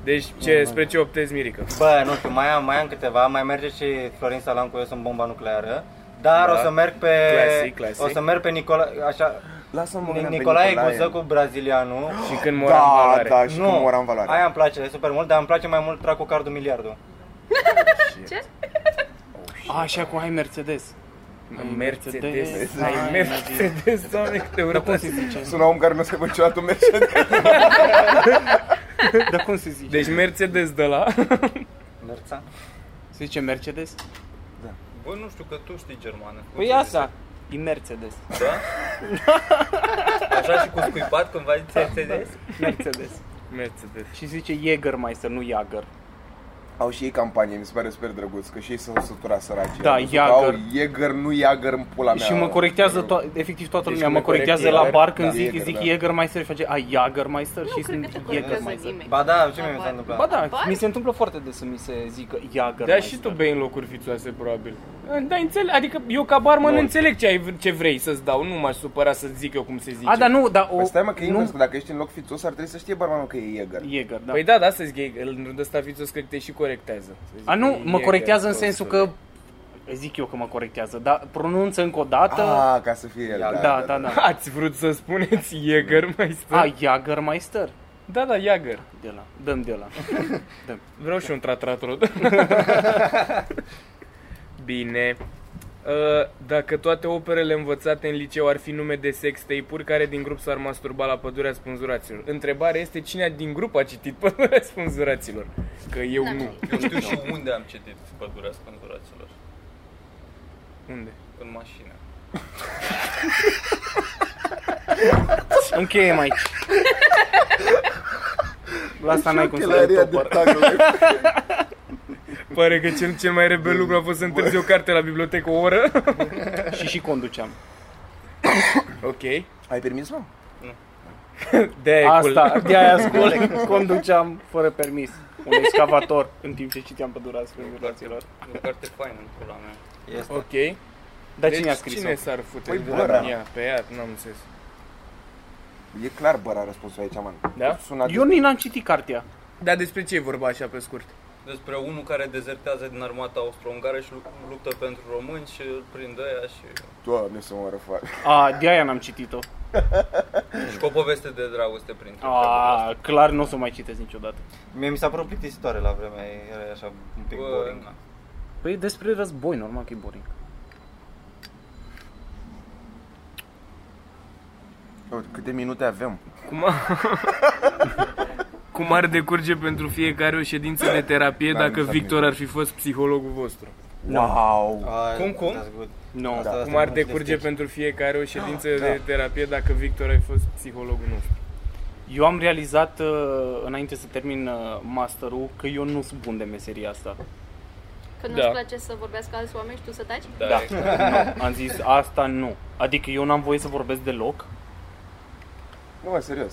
S1: Deci, ce, spre ce optezi, Mirica?
S6: Bă, nu știu, mai am, mai am câteva, mai merge și Florin Salam cu eu sunt bomba nucleară. Dar
S1: Da.
S6: o să merg pe
S1: Classic, classic.
S6: o să merg pe Nicola așa
S2: Lasă-mă,
S6: Ni-
S2: mâna pe
S6: Nicolae Guză cu brazilianul.
S1: Și când moram
S2: Da,
S1: valoare.
S2: da, și cum moram valoare.
S6: Aia îmi place super mult, dar îmi place mai mult Tracu Cardu Miliardu.
S5: Ce?
S3: A, și acum hai Mercedes.
S1: Mercedes.
S3: Mercedes.
S1: Ai Mercedes, doamne, câte
S3: Dar cum
S1: urât.
S3: se zice?
S2: Sună om care nu se vă niciodată un Mercedes.
S3: Dar cum se zice?
S1: Deci Mercedes de la...
S6: Merța?
S3: Se zice Mercedes?
S4: Bă, nu știu că tu știi germană.
S3: Păi asta. E Mercedes.
S4: Da? Așa și cu scuipat când v-ai
S6: Da.
S4: înțeles?
S3: Mercedes.
S1: Mercedes.
S3: Și zice Jägermeister, nu Jäger.
S2: Au și ei campanie, mi se pare super drăguț, că și ei s-au săturat săracii.
S3: Da,
S2: Au văzut că
S3: Jäger.
S2: Au Jäger, nu Jäger în pula mea.
S3: Și mă corectează to- efectiv toată
S1: Deci
S3: lumea,
S1: mă
S3: mă corectează
S1: corectează,
S3: la bar când
S2: da.
S3: zic,
S2: Jäger,
S3: zic
S2: da.
S3: Jägermeister și face a Jägermeister
S5: Nu
S3: și
S5: cred că
S3: sunt
S5: te corectează
S3: Jägermeister.
S5: nimeni.
S6: Ba da, ce
S5: La
S6: mi s-a
S5: bar.
S6: întâmplat?
S3: Ba da,
S5: Bar?
S3: mi se întâmplă foarte des să mi se zică Jägermeister.
S1: Da, și tu bei în locuri fițoase, probabil. Da, înțeleg, adică eu ca barman
S2: Bun.
S1: înțeleg ce, ai, ce vrei să-ți dau, nu m-aș supăra să zic eu cum se zice.
S3: A, dar nu, dar o...
S2: Păi stai mă că invers, că
S3: nu,
S2: dacă ești în loc fițos ar trebui să știe barmanul că e Jäger.
S3: Jäger, da.
S1: Păi da, da, să zic, e- în rândul ăsta fițos cred că te și corectează. Să zic
S3: A, nu,
S1: că e
S3: mă corectează în
S1: da, Jäger,
S3: sensul
S1: prostule.
S3: că... Zic eu că mă corectează, dar pronunță încă o dată...
S2: Ah, ca să fie el, da,
S3: da, da, da.
S1: Ați vrut să spuneți Jäger, mai stă?
S3: A, Jägermeister?
S1: Da, da, Jäger.
S3: De la, dăm de la.
S1: Vreau și un tratratrod. Bine. Uh, Dacă toate operele învățate în liceu ar fi nume de sex tape-uri, care din grup s-ar masturba la pădurea spânzuraților? Întrebarea este cine din grup a citit pădurea spânzuraților? Că eu
S5: N-am
S1: nu.
S5: citit.
S4: Eu știu și unde am citit pădurea spânzuraților.
S1: Unde?
S4: În mașină.
S3: Încheiem aici. La asta n-ai cum să le
S2: Ochelaria de
S3: topăr.
S2: tagline.
S1: Pare că cel, cel mai rebel lucru a fost să întârzi o carte la bibliotecă o oră.
S3: Și și conduceam.
S1: Ok.
S2: Ai permis, mă?
S1: de e cool.
S3: Asta, de aia ascult, conduceam fără permis. Un excavator în timp ce citeam pădurea sfântului
S4: E o carte faină în pula mea.
S6: Este.
S1: Ok. Deci
S3: Dar cine a scris-o?
S1: cine s-ar fute?
S2: Păi,
S1: de
S2: bă,
S1: la
S2: da.
S1: ea? Pe ea, n-am înțeles.
S2: E clar băra răspunsul aici, man.
S1: Da?
S2: Sună
S3: Eu
S2: atât.
S3: nici n-am citit cartea.
S1: Dar despre ce e vorba așa pe scurt?
S4: Despre unul care dezertează din armata austro-ungară și lu- luptă pentru români și îl prinde aia și...
S2: adică, Doamne, să mă răfac.
S3: A, de aia n-am citit-o.
S4: Și cu o poveste de dragoste printre
S6: Ah,
S3: A, clar nu o să o mai citesc niciodată.
S6: Mie mi s-a părut plictisitoare la vremea ei, era așa un pic
S4: Bă, da,
S6: boring.
S4: na.
S3: Păi despre război, normal că e boring.
S2: Uite, Câte minute avem?
S1: Cum, a... Cum ar decurge pentru fiecare o ședință de terapie
S2: Da,
S1: dacă
S2: mi s-a
S1: Victor ar fi fost psihologul vostru?
S3: Da.
S2: Wow!
S6: Ah,
S1: Cum, cum?
S6: that's good.
S3: Nu.
S6: Asta-
S3: No.
S6: asta
S1: Cum
S6: nu
S1: ar
S6: știu de
S1: decurge
S6: sketch.
S1: pentru fiecare o ședință de terapie dacă Victor ar fi fost psihologul nostru?
S3: Eu am realizat, uh, înainte să termin uh, masterul, că eu nu sunt bun de meseria asta.
S5: Că nu-ți
S1: Da.
S5: place să vorbească alți oameni și tu să taci?
S4: Da,
S3: Da.
S4: e clar.
S3: Nu, am zis asta nu. Adică eu n-am voie să vorbesc deloc.
S2: Nu, mă, serios.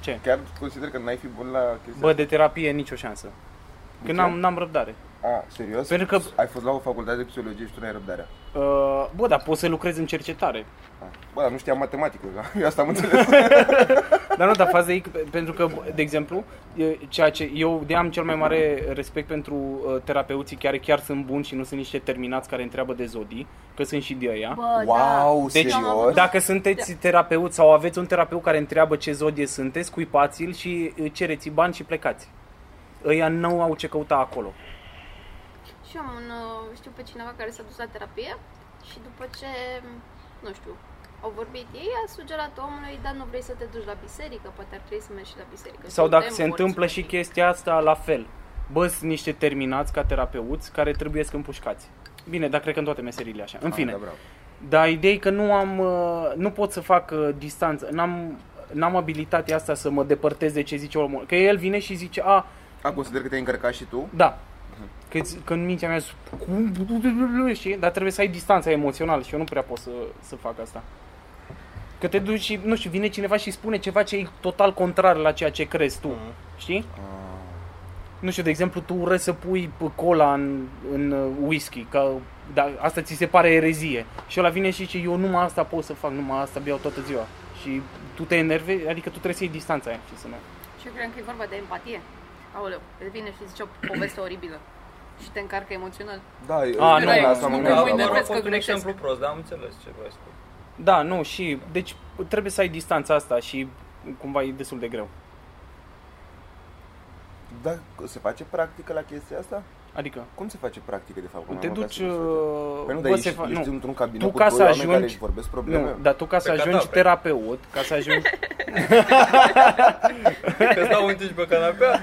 S3: Ce?
S2: Chiar consider că n-ai fi bun la chestia
S3: Bă, de terapie nicio șansă. Că n-am, n-am răbdare.
S2: A, Ah, serios?
S3: Pentru că,
S2: Ai fost la o facultate de psihologie și tu n-ai răbdarea.
S3: uh, bă, dar poți să lucrezi în cercetare.
S2: A. Bă, dar nu știam matematică, eu asta am înțeles.
S3: Dar nu, dar faza e că, pentru că, de exemplu, e ceea ce eu de am cel mai mare respect pentru uh, terapeuții care chiar sunt buni și nu sunt niște terminați care întreabă de zodii, că sunt și de aia.
S5: Bă, da,
S2: wow,
S3: Deci,
S2: serios?
S3: Dacă sunteți terapeut sau aveți un terapeut care întreabă ce zodie sunteți, cuipați-l și uh, cereți bani și plecați. Ăia nu au ce căuta acolo.
S5: Și eu am un, uh, știu pe cineva care s-a dus la terapie și după ce, nu știu, au vorbit ei, a sugerat omului, dar nu vrei să te duci la biserică, poate ar trebui să mergi și la biserică.
S3: Sau
S5: Suntem
S3: dacă se
S5: morți,
S3: întâmplă și
S5: copii.
S3: chestia asta, la fel. Bă, sunt niște terminați ca terapeuți care trebuie să împușcați. Bine, dar cred că în toate meseriile așa. În fine.
S2: Da, bravo.
S3: Dar ideea e că nu am, uh, nu pot să fac uh, distanță, n-am, n-am abilitatea asta să mă depărtez de ce zice omul. Că el vine și zice, a,
S2: A, consider că te-ai încărcat și tu?
S3: da, că, că în mintea mea zic, cum, și, dar trebuie să ai distanța emoțională și eu nu prea pot să, să fac asta. Că te duci și, nu știu, vine cineva și spune ceva ce e total contrar la ceea ce crezi tu,
S6: Mhm.
S3: știi? Nu știu, de exemplu, tu urăți să pui p- cola în, în uh, whisky, că da, asta ți se pare erezie. Și ăla vine și zice, eu numai asta pot să fac, numai asta beau toată ziua. Și tu te enervezi, adică tu trebuie să iei distanța aia și să nu...
S5: Și eu cred că e vorba de empatie. Aoleu, îți vine și zice o poveste oribilă și te încarcă emoțional.
S2: Da, eu-
S3: A,
S2: eu
S3: nu,
S2: la asta
S5: nu,
S2: mă
S5: nu,
S2: gândeam,
S5: nu,
S2: da,
S5: nu,
S2: bravo.
S4: a
S5: Păi crezi că
S4: fost un
S5: greșesc.
S4: exemplu prost, dar am înțeles ce vrei să spui.
S3: Da, nu, și, deci trebuie să ai distanța asta și cumva e destul de greu.
S2: Da, se face practică la chestia asta?
S3: Adică,
S2: Cum se face practică, de fapt? că
S3: te
S2: n-am
S3: duci...
S2: apucat să nu știu.
S3: uh,
S2: Păi nu,
S3: vă
S2: dar
S3: se
S2: ești,
S3: fa-
S2: ești
S3: nu,
S2: într-un cabinet
S3: Tu
S2: cu
S3: ca
S2: doi
S3: să
S2: oameni care
S3: ajungi-
S2: își vorbesc probleme.
S3: nu, da. dar tu ca să
S4: Pe
S3: ajungi
S4: cadabre.
S3: terapeut, ca să ajungi...
S4: Că stau întinși pe canapea,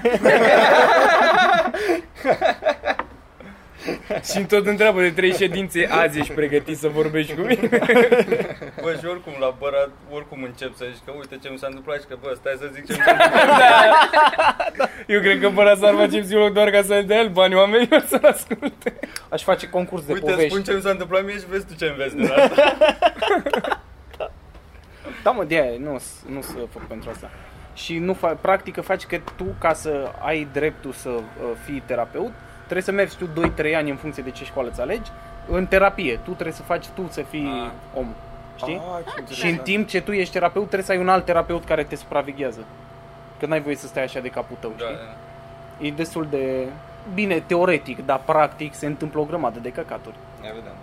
S1: Și tot întreabă de trei ședințe, azi ești pregătit să vorbești cu mine?
S4: bă, și oricum la bărat, oricum încep să zici că uite ce mi s-a întâmplat și că bă, stai să zic ce mi s-a întâmplat.
S1: Eu cred că până să ar face psiholog doar ca să dea el bani oamenilor să-l asculte.
S3: Aș face concurs de
S4: Uite,
S3: povești.
S4: spun ce mi s-a întâmplat mie și vezi tu ce înveți din asta.
S3: Da, mă, de aia, nu, s- nu se fac pentru asta. Și nu fa- practică faci că tu, ca să ai dreptul să uh, fii terapeut, trebuie să mergi tu 2-3 ani în funcție de ce școală îți alegi, în terapie. Tu trebuie să faci tu să fii
S4: Ah.
S3: om. Știi?
S2: Ah, ce
S3: Și în
S2: interesant.
S3: timp ce tu ești terapeut, trebuie să ai un alt terapeut care te supraveghează. Că n-ai voie să stai așa de capul tău,
S4: Da,
S3: știi?
S4: da.
S3: E destul de... Bine, teoretic, dar practic se întâmplă o grămadă de căcaturi.
S4: Ia vedem.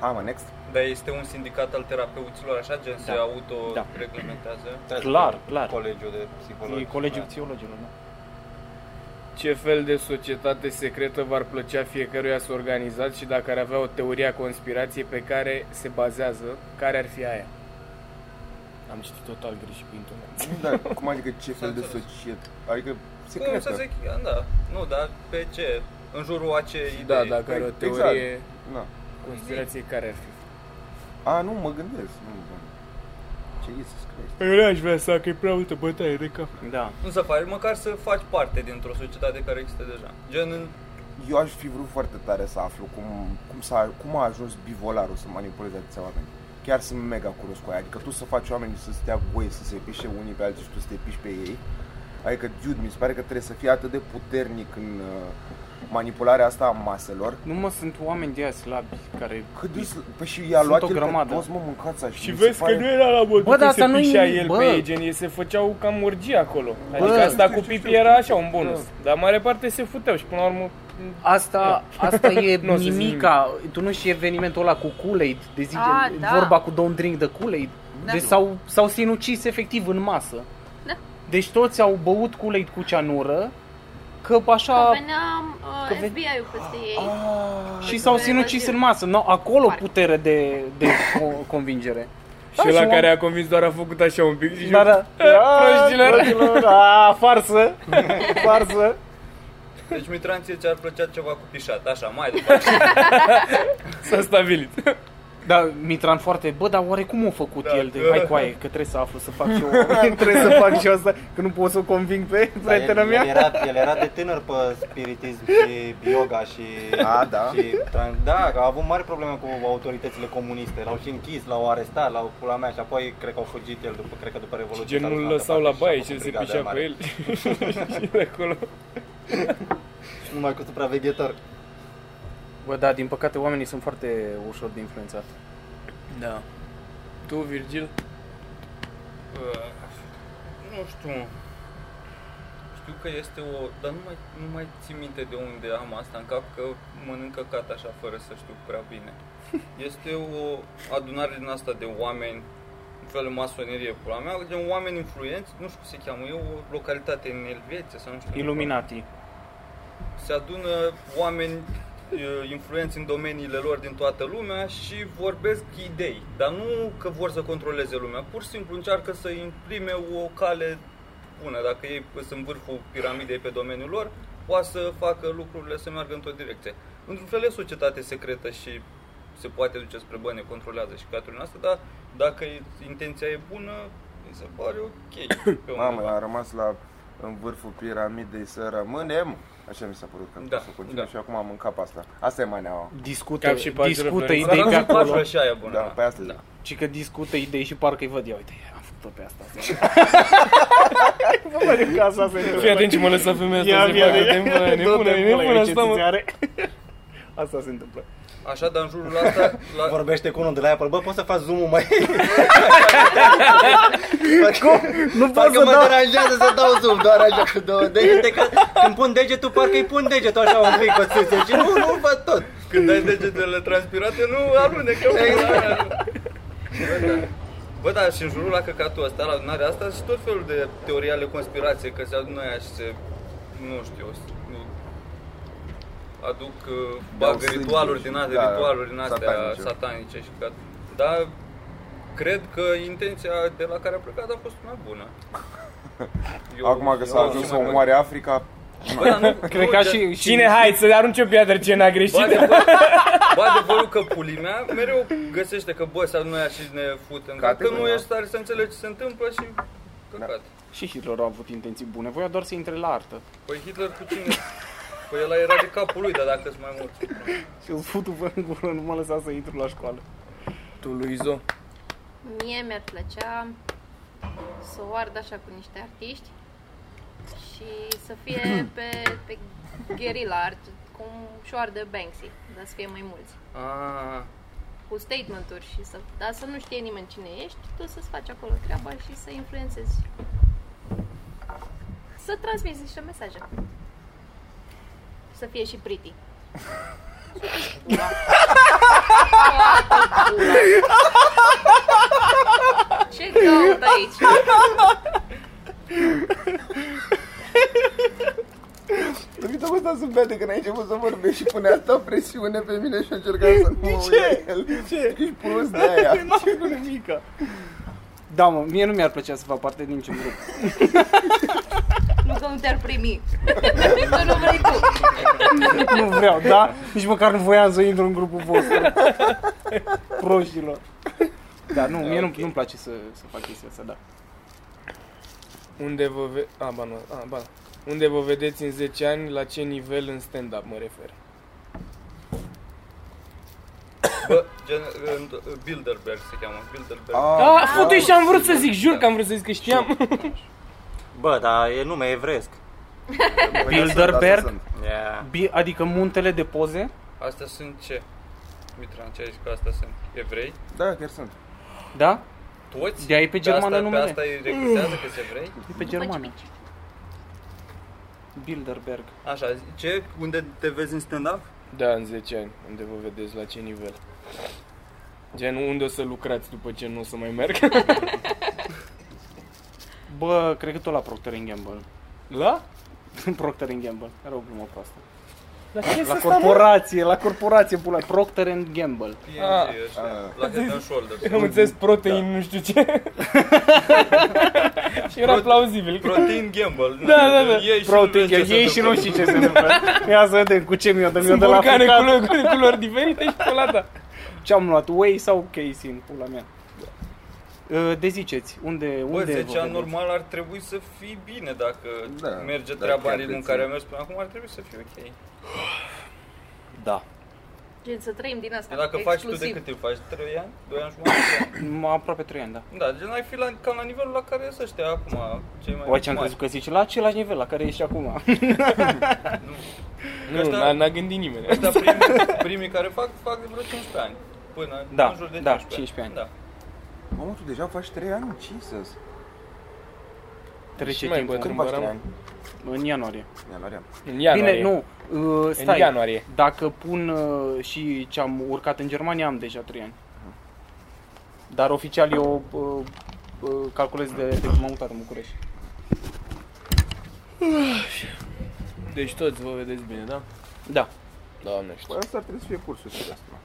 S2: Hai mă, next.
S4: Dar este un sindicat al terapeuților, așa, gen se
S3: Da. Da.
S4: auto-reglementează?
S3: Clar, clar.
S6: Colegiul de
S3: E
S6: psihologi.
S3: colegiul
S6: Da.
S3: psihologilor, da.
S1: Ce fel de societate secretă v-ar plăcea fiecăruia să organizați și dacă ar avea o teorie a conspirației pe care se bazează, care ar fi aia?
S3: Am citit total greșit pe internet.
S2: Da, cum adică ce fel de
S4: înțeles.
S2: societate? Adică
S4: Cum să
S2: secretă.
S4: zic, da, nu, dar pe ce? În jurul a ce idei?
S1: Da, dacă ar o
S2: Exact.
S1: teorie
S2: Na.
S1: conspirației, care ar fi?
S2: A, nu, mă gândesc. Nu, nu. Ce Jesus Christ.
S1: Eu n-aș vrea să că e prea multă bătaie de cap.
S3: Da.
S4: Nu să faci, măcar să faci parte dintr-o societate care există deja. Gen în...
S2: Eu aș fi vrut foarte tare să aflu cum, cum, s-a, cum a ajuns bivolarul să manipuleze atâția oameni. Chiar sunt mega curios cu aia. Adică tu să faci oamenii să stea voie să se pișe unii pe alții și tu să te piși pe ei. Adică, dude, mi se pare că trebuie să fii atât de puternic în uh, manipularea asta a maselor.
S3: Nu mă, sunt oameni de aia slabi care...
S2: Cât de... sl- Păi și i-a
S3: Sunt
S2: luat
S3: o
S2: el pe
S3: grămadă.
S2: toți, mă, mâncața. Și,
S1: Și
S2: mi se
S1: vezi
S2: pare-
S1: că nu era la modul
S3: Bă,
S1: că
S3: dar
S1: se
S3: asta nu-i-
S1: pișea el
S3: bă.
S1: pe ei, gen, ei se făceau cam urgie acolo. Adică
S3: Bă.
S1: asta cu pipi era așa un bonus, dar în mare parte se futeau și până la urmă
S3: Asta, asta e
S1: Da. Nu o să zic
S3: nimica. Tu nu știi evenimentul ăla cu Kool-Aid, de zi,
S5: Ah, da.
S3: vorba cu Don't Drink the Kool-Aid.
S5: Da.
S3: Deci s-au, s-au sinucis efectiv în masă.
S5: Da.
S3: Deci toți au băut Kool-Aid cu ceanură, că așa...
S5: Că venea
S3: Că
S5: uh,
S3: ve-
S5: FBI-ul peste ei.
S2: Ah,
S3: și s-au
S5: că venea
S3: sinucis
S5: ziua.
S3: în masă. No, acolo
S5: Foarte.
S3: putere de, de co- convingere.
S1: Și ăla
S3: și om-
S1: care a convins doar a făcut așa un pic și "Eh,
S3: Da, da.
S1: Proștilor.
S3: Proștilor. A, farsă. Farsă.
S4: Deci, Mitran, ție ți-ar plăcea ceva cu pișat, așa, mai departe.
S1: s-a stabilit.
S3: Da, Mitran foarte, bă, dar oare cum a făcut
S4: Da,
S3: el? De,
S4: da.
S3: hai cu aia, că trebuie să aflu, să fac și eu, trebuie să fac și eu asta, că nu pot să o conving pe
S6: Dar
S3: prietena
S6: el, el,
S3: mea.
S6: era, el era de tânăr pe spiritism și yoga și...
S2: A, da?
S6: Și, tran- da, că a avut mari probleme cu autoritățile comuniste. L-au și închis, l-au arestat, l-au pula mea și apoi cred că au fugit el, după, cred că după
S1: Și
S6: Revoluție.
S1: gen
S6: s-a dus
S1: nu-l
S6: în altă
S1: lăsau la
S6: parte și a
S1: baie
S6: făcut
S1: și el se
S6: brigada
S1: pișea pe
S6: mare.
S1: el. și de acolo.
S6: Numai cu supraveghetor.
S3: Bă, da, din păcate oamenii sunt foarte ușor de influențat.
S1: Da. Tu, Virgil?
S4: Uh, nu știu. Știu că este o... Dar nu mai, nu mai țin minte de unde am asta în cap, că mănâncă cat așa, fără să știu prea bine. Este o adunare din asta de oameni, un fel de masonerie, pula mea, gen oameni influenți, nu știu cum se cheamă, e o localitate în Elveția sau nu știu.
S3: Illuminati.
S4: se adună oameni eh, influenți în domeniile lor din toată lumea și vorbesc idei, dar nu că vor să controleze lumea, pur și simplu încearcă să imprime o cale bună. Dacă ei sunt în vârful piramidei pe domeniul lor, poate să facă lucrurile să meargă într-o direcție. Într-un fel e societate secretă și se poate duce spre bani, controlează și caturile astea, dar dacă e- intenția e bună, mi se pare ok. pe
S2: Mamă,
S4: undeva.
S2: a rămas la în vârful piramidei să rămânem. Așa mi s-a părut că
S4: Da,
S2: da, să continui
S4: da.
S2: da. și acum am în cap asta. Asta e maneaua.
S3: Discută,
S1: Cap și pază
S3: discută
S1: referență.
S3: idei pe
S4: Dar nu
S3: acolo.
S4: și aia e bună.
S2: Da, pe asta da.
S3: Și că discută idei și parcă îi văd, ia uite, am făcut pe asta. Bă, de casa se
S1: Fii atent ce mă lăsa femeia asta să-i facă nebună, nebună, e nebună asta, mă.
S3: Asta se întâmplă.
S4: Așa, dar în jurul ăsta, la,
S6: Vorbește cu unul de la Apple, bă, poți să faci zoom-ul mai...
S3: Nu pot
S6: Parcă
S3: să
S6: mă
S3: dau
S6: deranjează să dau zoom doar așa cu două degete, că când pun degetul, parcă îi pun degetul așa un pic pe țâțe și nu, nu văd tot.
S4: când ai degetele transpirate, nu alunecăm. Bă, da. Bă, da, și în jurul la căcatul ăsta, la adunarea asta, și tot felul de teorii ale conspirației, că se adună aia și se, nu știu, s- nu- aduc, uh, bag
S2: sânge
S4: ritualuri
S2: și-
S4: din astea,
S2: da,
S4: ritualuri din astea
S2: satanice.
S4: satanice, satanice și gata. Dar cred că intenția de la care a plecat a fost una bună.
S2: Acum că s-a
S4: eu-
S2: ajuns
S4: și
S2: să
S4: mai mult.
S2: omoare Africa,
S4: Bă, dar nu-
S3: Cred
S4: nu,
S3: că a
S4: de-
S3: și, și...
S1: Cine, hai să arunce o piatră ce n-a
S4: Bă,
S1: greșit.
S4: adevărul, bă, adevărul că pulimea mereu găsește că bă, să nu aia și ne futem. Că
S2: Categoric,
S4: nu
S2: da.
S4: ești tare să înțelegi ce se întâmplă și căcat.
S3: Și Hitler a avut intenții bune, voia doar să intre la artă.
S4: Păi Hitler cu cine? Păi el era de capul lui, dar dacă sunt mai mulți.
S3: Și îl futu vă în gură, nu mă lăsa să intru la școală.
S1: Tu, Luizo.
S5: Mie mi-ar plăcea să o ard așa cu niște artiști și să fie pe, pe guerilla art, cum șoardă Banksy, dar să fie mai mulți.
S4: Ah,
S5: Cu statement-uri și să... Dar să nu știe nimeni cine ești, tu să-ți faci acolo treaba și să influențezi. Să transmiți niște mesaje. Să fie și pretty. Pula. Toată pula. Ce caut aici?
S2: Uite mă, ăsta zâmbea de când ai început să vorbești și pune asta presiune pe mine și a încercat să nu mă uit la el.
S3: ce?
S2: Ești prost de aia.
S3: Nu am făcut nimica. Da, mă, mie nu mi-ar plăcea să fac parte din niciun grup.
S5: Nu că nu te-ar primi. Că nu vrei tu.
S3: nu vreau, da? Nici măcar nu voiam să intru în grupul vostru. Proștilor. Da, nu, mie nu, nu-mi place să, să fac chestia asta, da.
S1: Unde vă, ve- a, ba, nu, a, ba. da. Unde vă vedeți în 10 ani, la ce nivel în stand-up mă refer?
S4: bă, gen, în- Bilderberg se cheamă, Bilderberg.
S1: A, Da,
S3: Ah,
S2: Ah, păi
S1: fute și am vrut să zic, jur că am vrut să zic că știam.
S7: Bă, dar e nume evresc.
S2: da,
S3: Bilderberg?
S7: Yeah.
S3: Bi- adică muntele de poze?
S4: Astea sunt ce? Mitran, ce ai zis că astea sunt? Evrei?
S2: Da, chiar sunt.
S3: Da?
S4: Toți?
S3: De-aia e pe germană
S4: asta,
S3: numele.
S4: Pe asta îi recrutează că sunt evrei?
S3: E pe germană. Bilderberg.
S4: Așa, ce? Unde te vezi în stand-up?
S1: Da, în 10 ani, unde vă vedeți, la ce nivel? Gen, unde o să lucrați după ce nu o să mai merg?
S3: Bă, cred că tot la Procter Gamble.
S1: La?
S3: Procter Gamble. Era o glumă proastă.
S1: La ce
S3: La corporație, la corporație, pula. Procter Gamble.
S4: PNG,
S1: Ah,
S4: ăștia,
S2: ah.
S4: la Head and Shoulders.
S1: Am înțeles protein, nu știu ce. și era
S4: Prote-
S1: plauzibil.
S4: Protein Gamble.
S1: Da, da, da.
S4: Iei și nu
S3: Protein
S4: vezi ce
S3: Gamble.
S4: se
S3: Ei și nu
S4: întâmplă.
S3: știi ce se întâmplă. Ia să vedem cu ce mi-o dă. Mi-o
S1: Sunt
S3: dă la
S1: vulcane
S3: fucat.
S1: culori, cu culori diferite și colata.
S3: Ce-am luat? Whey sau casein? Pula mea. Uh, De ziceți, unde,
S4: Bă,
S3: unde vă
S4: 10 ani
S3: vedeți?
S4: normal ar trebui să fii bine dacă
S2: Da,
S4: merge
S2: dacă
S4: treaba
S2: chiar
S4: în ritmul în
S2: te
S4: care a
S2: ține.
S4: mers până acum, ar trebui să fii ok.
S3: Da.
S5: Gen, să trăim din asta.
S4: Dar dacă faci tu de
S5: exclusiv.
S4: cât timp faci? 3 ani? 2 ani jumătate? Trei ani?
S3: M- Aproape 3 ani, da.
S4: Da, gen ai fi la, cam la nivelul la care sunt ăștia acum, cei Păi, mai
S3: Oai ce am
S4: mari.
S3: crezut că zici la același nivel la care ești acum.
S4: Că
S1: Nu,
S4: ăștia-
S1: n-a, n-a gândit nimeni.
S4: Ăștia primii, primii care fac, fac de vreo 15 ani. Până
S3: Da,
S4: în jur de
S3: da,
S4: 15,
S3: 15 ani.
S4: Da.
S2: Mamă, tu deja faci 3 ani, Jesus.
S3: Trece
S1: Și mai
S3: timpul.
S1: bătrân.
S2: Când faci
S1: Cumpăram.
S2: 3 ani?
S3: În ianuarie.
S2: Ianuarie.
S1: În ianuarie.
S3: Bine, nu. uh,
S1: În
S3: Stai.
S1: ianuarie.
S3: Dacă pun uh, și ce am urcat în Germania, am deja 3 ani. Dar oficial eu uh, uh, calculez de, de când m-am mutat în București.
S1: Deci toți vă vedeți bine, da?
S3: Da.
S1: Doamne, știu.
S2: Bă, Păi asta ar trebui să fie cursul și de asta. mă.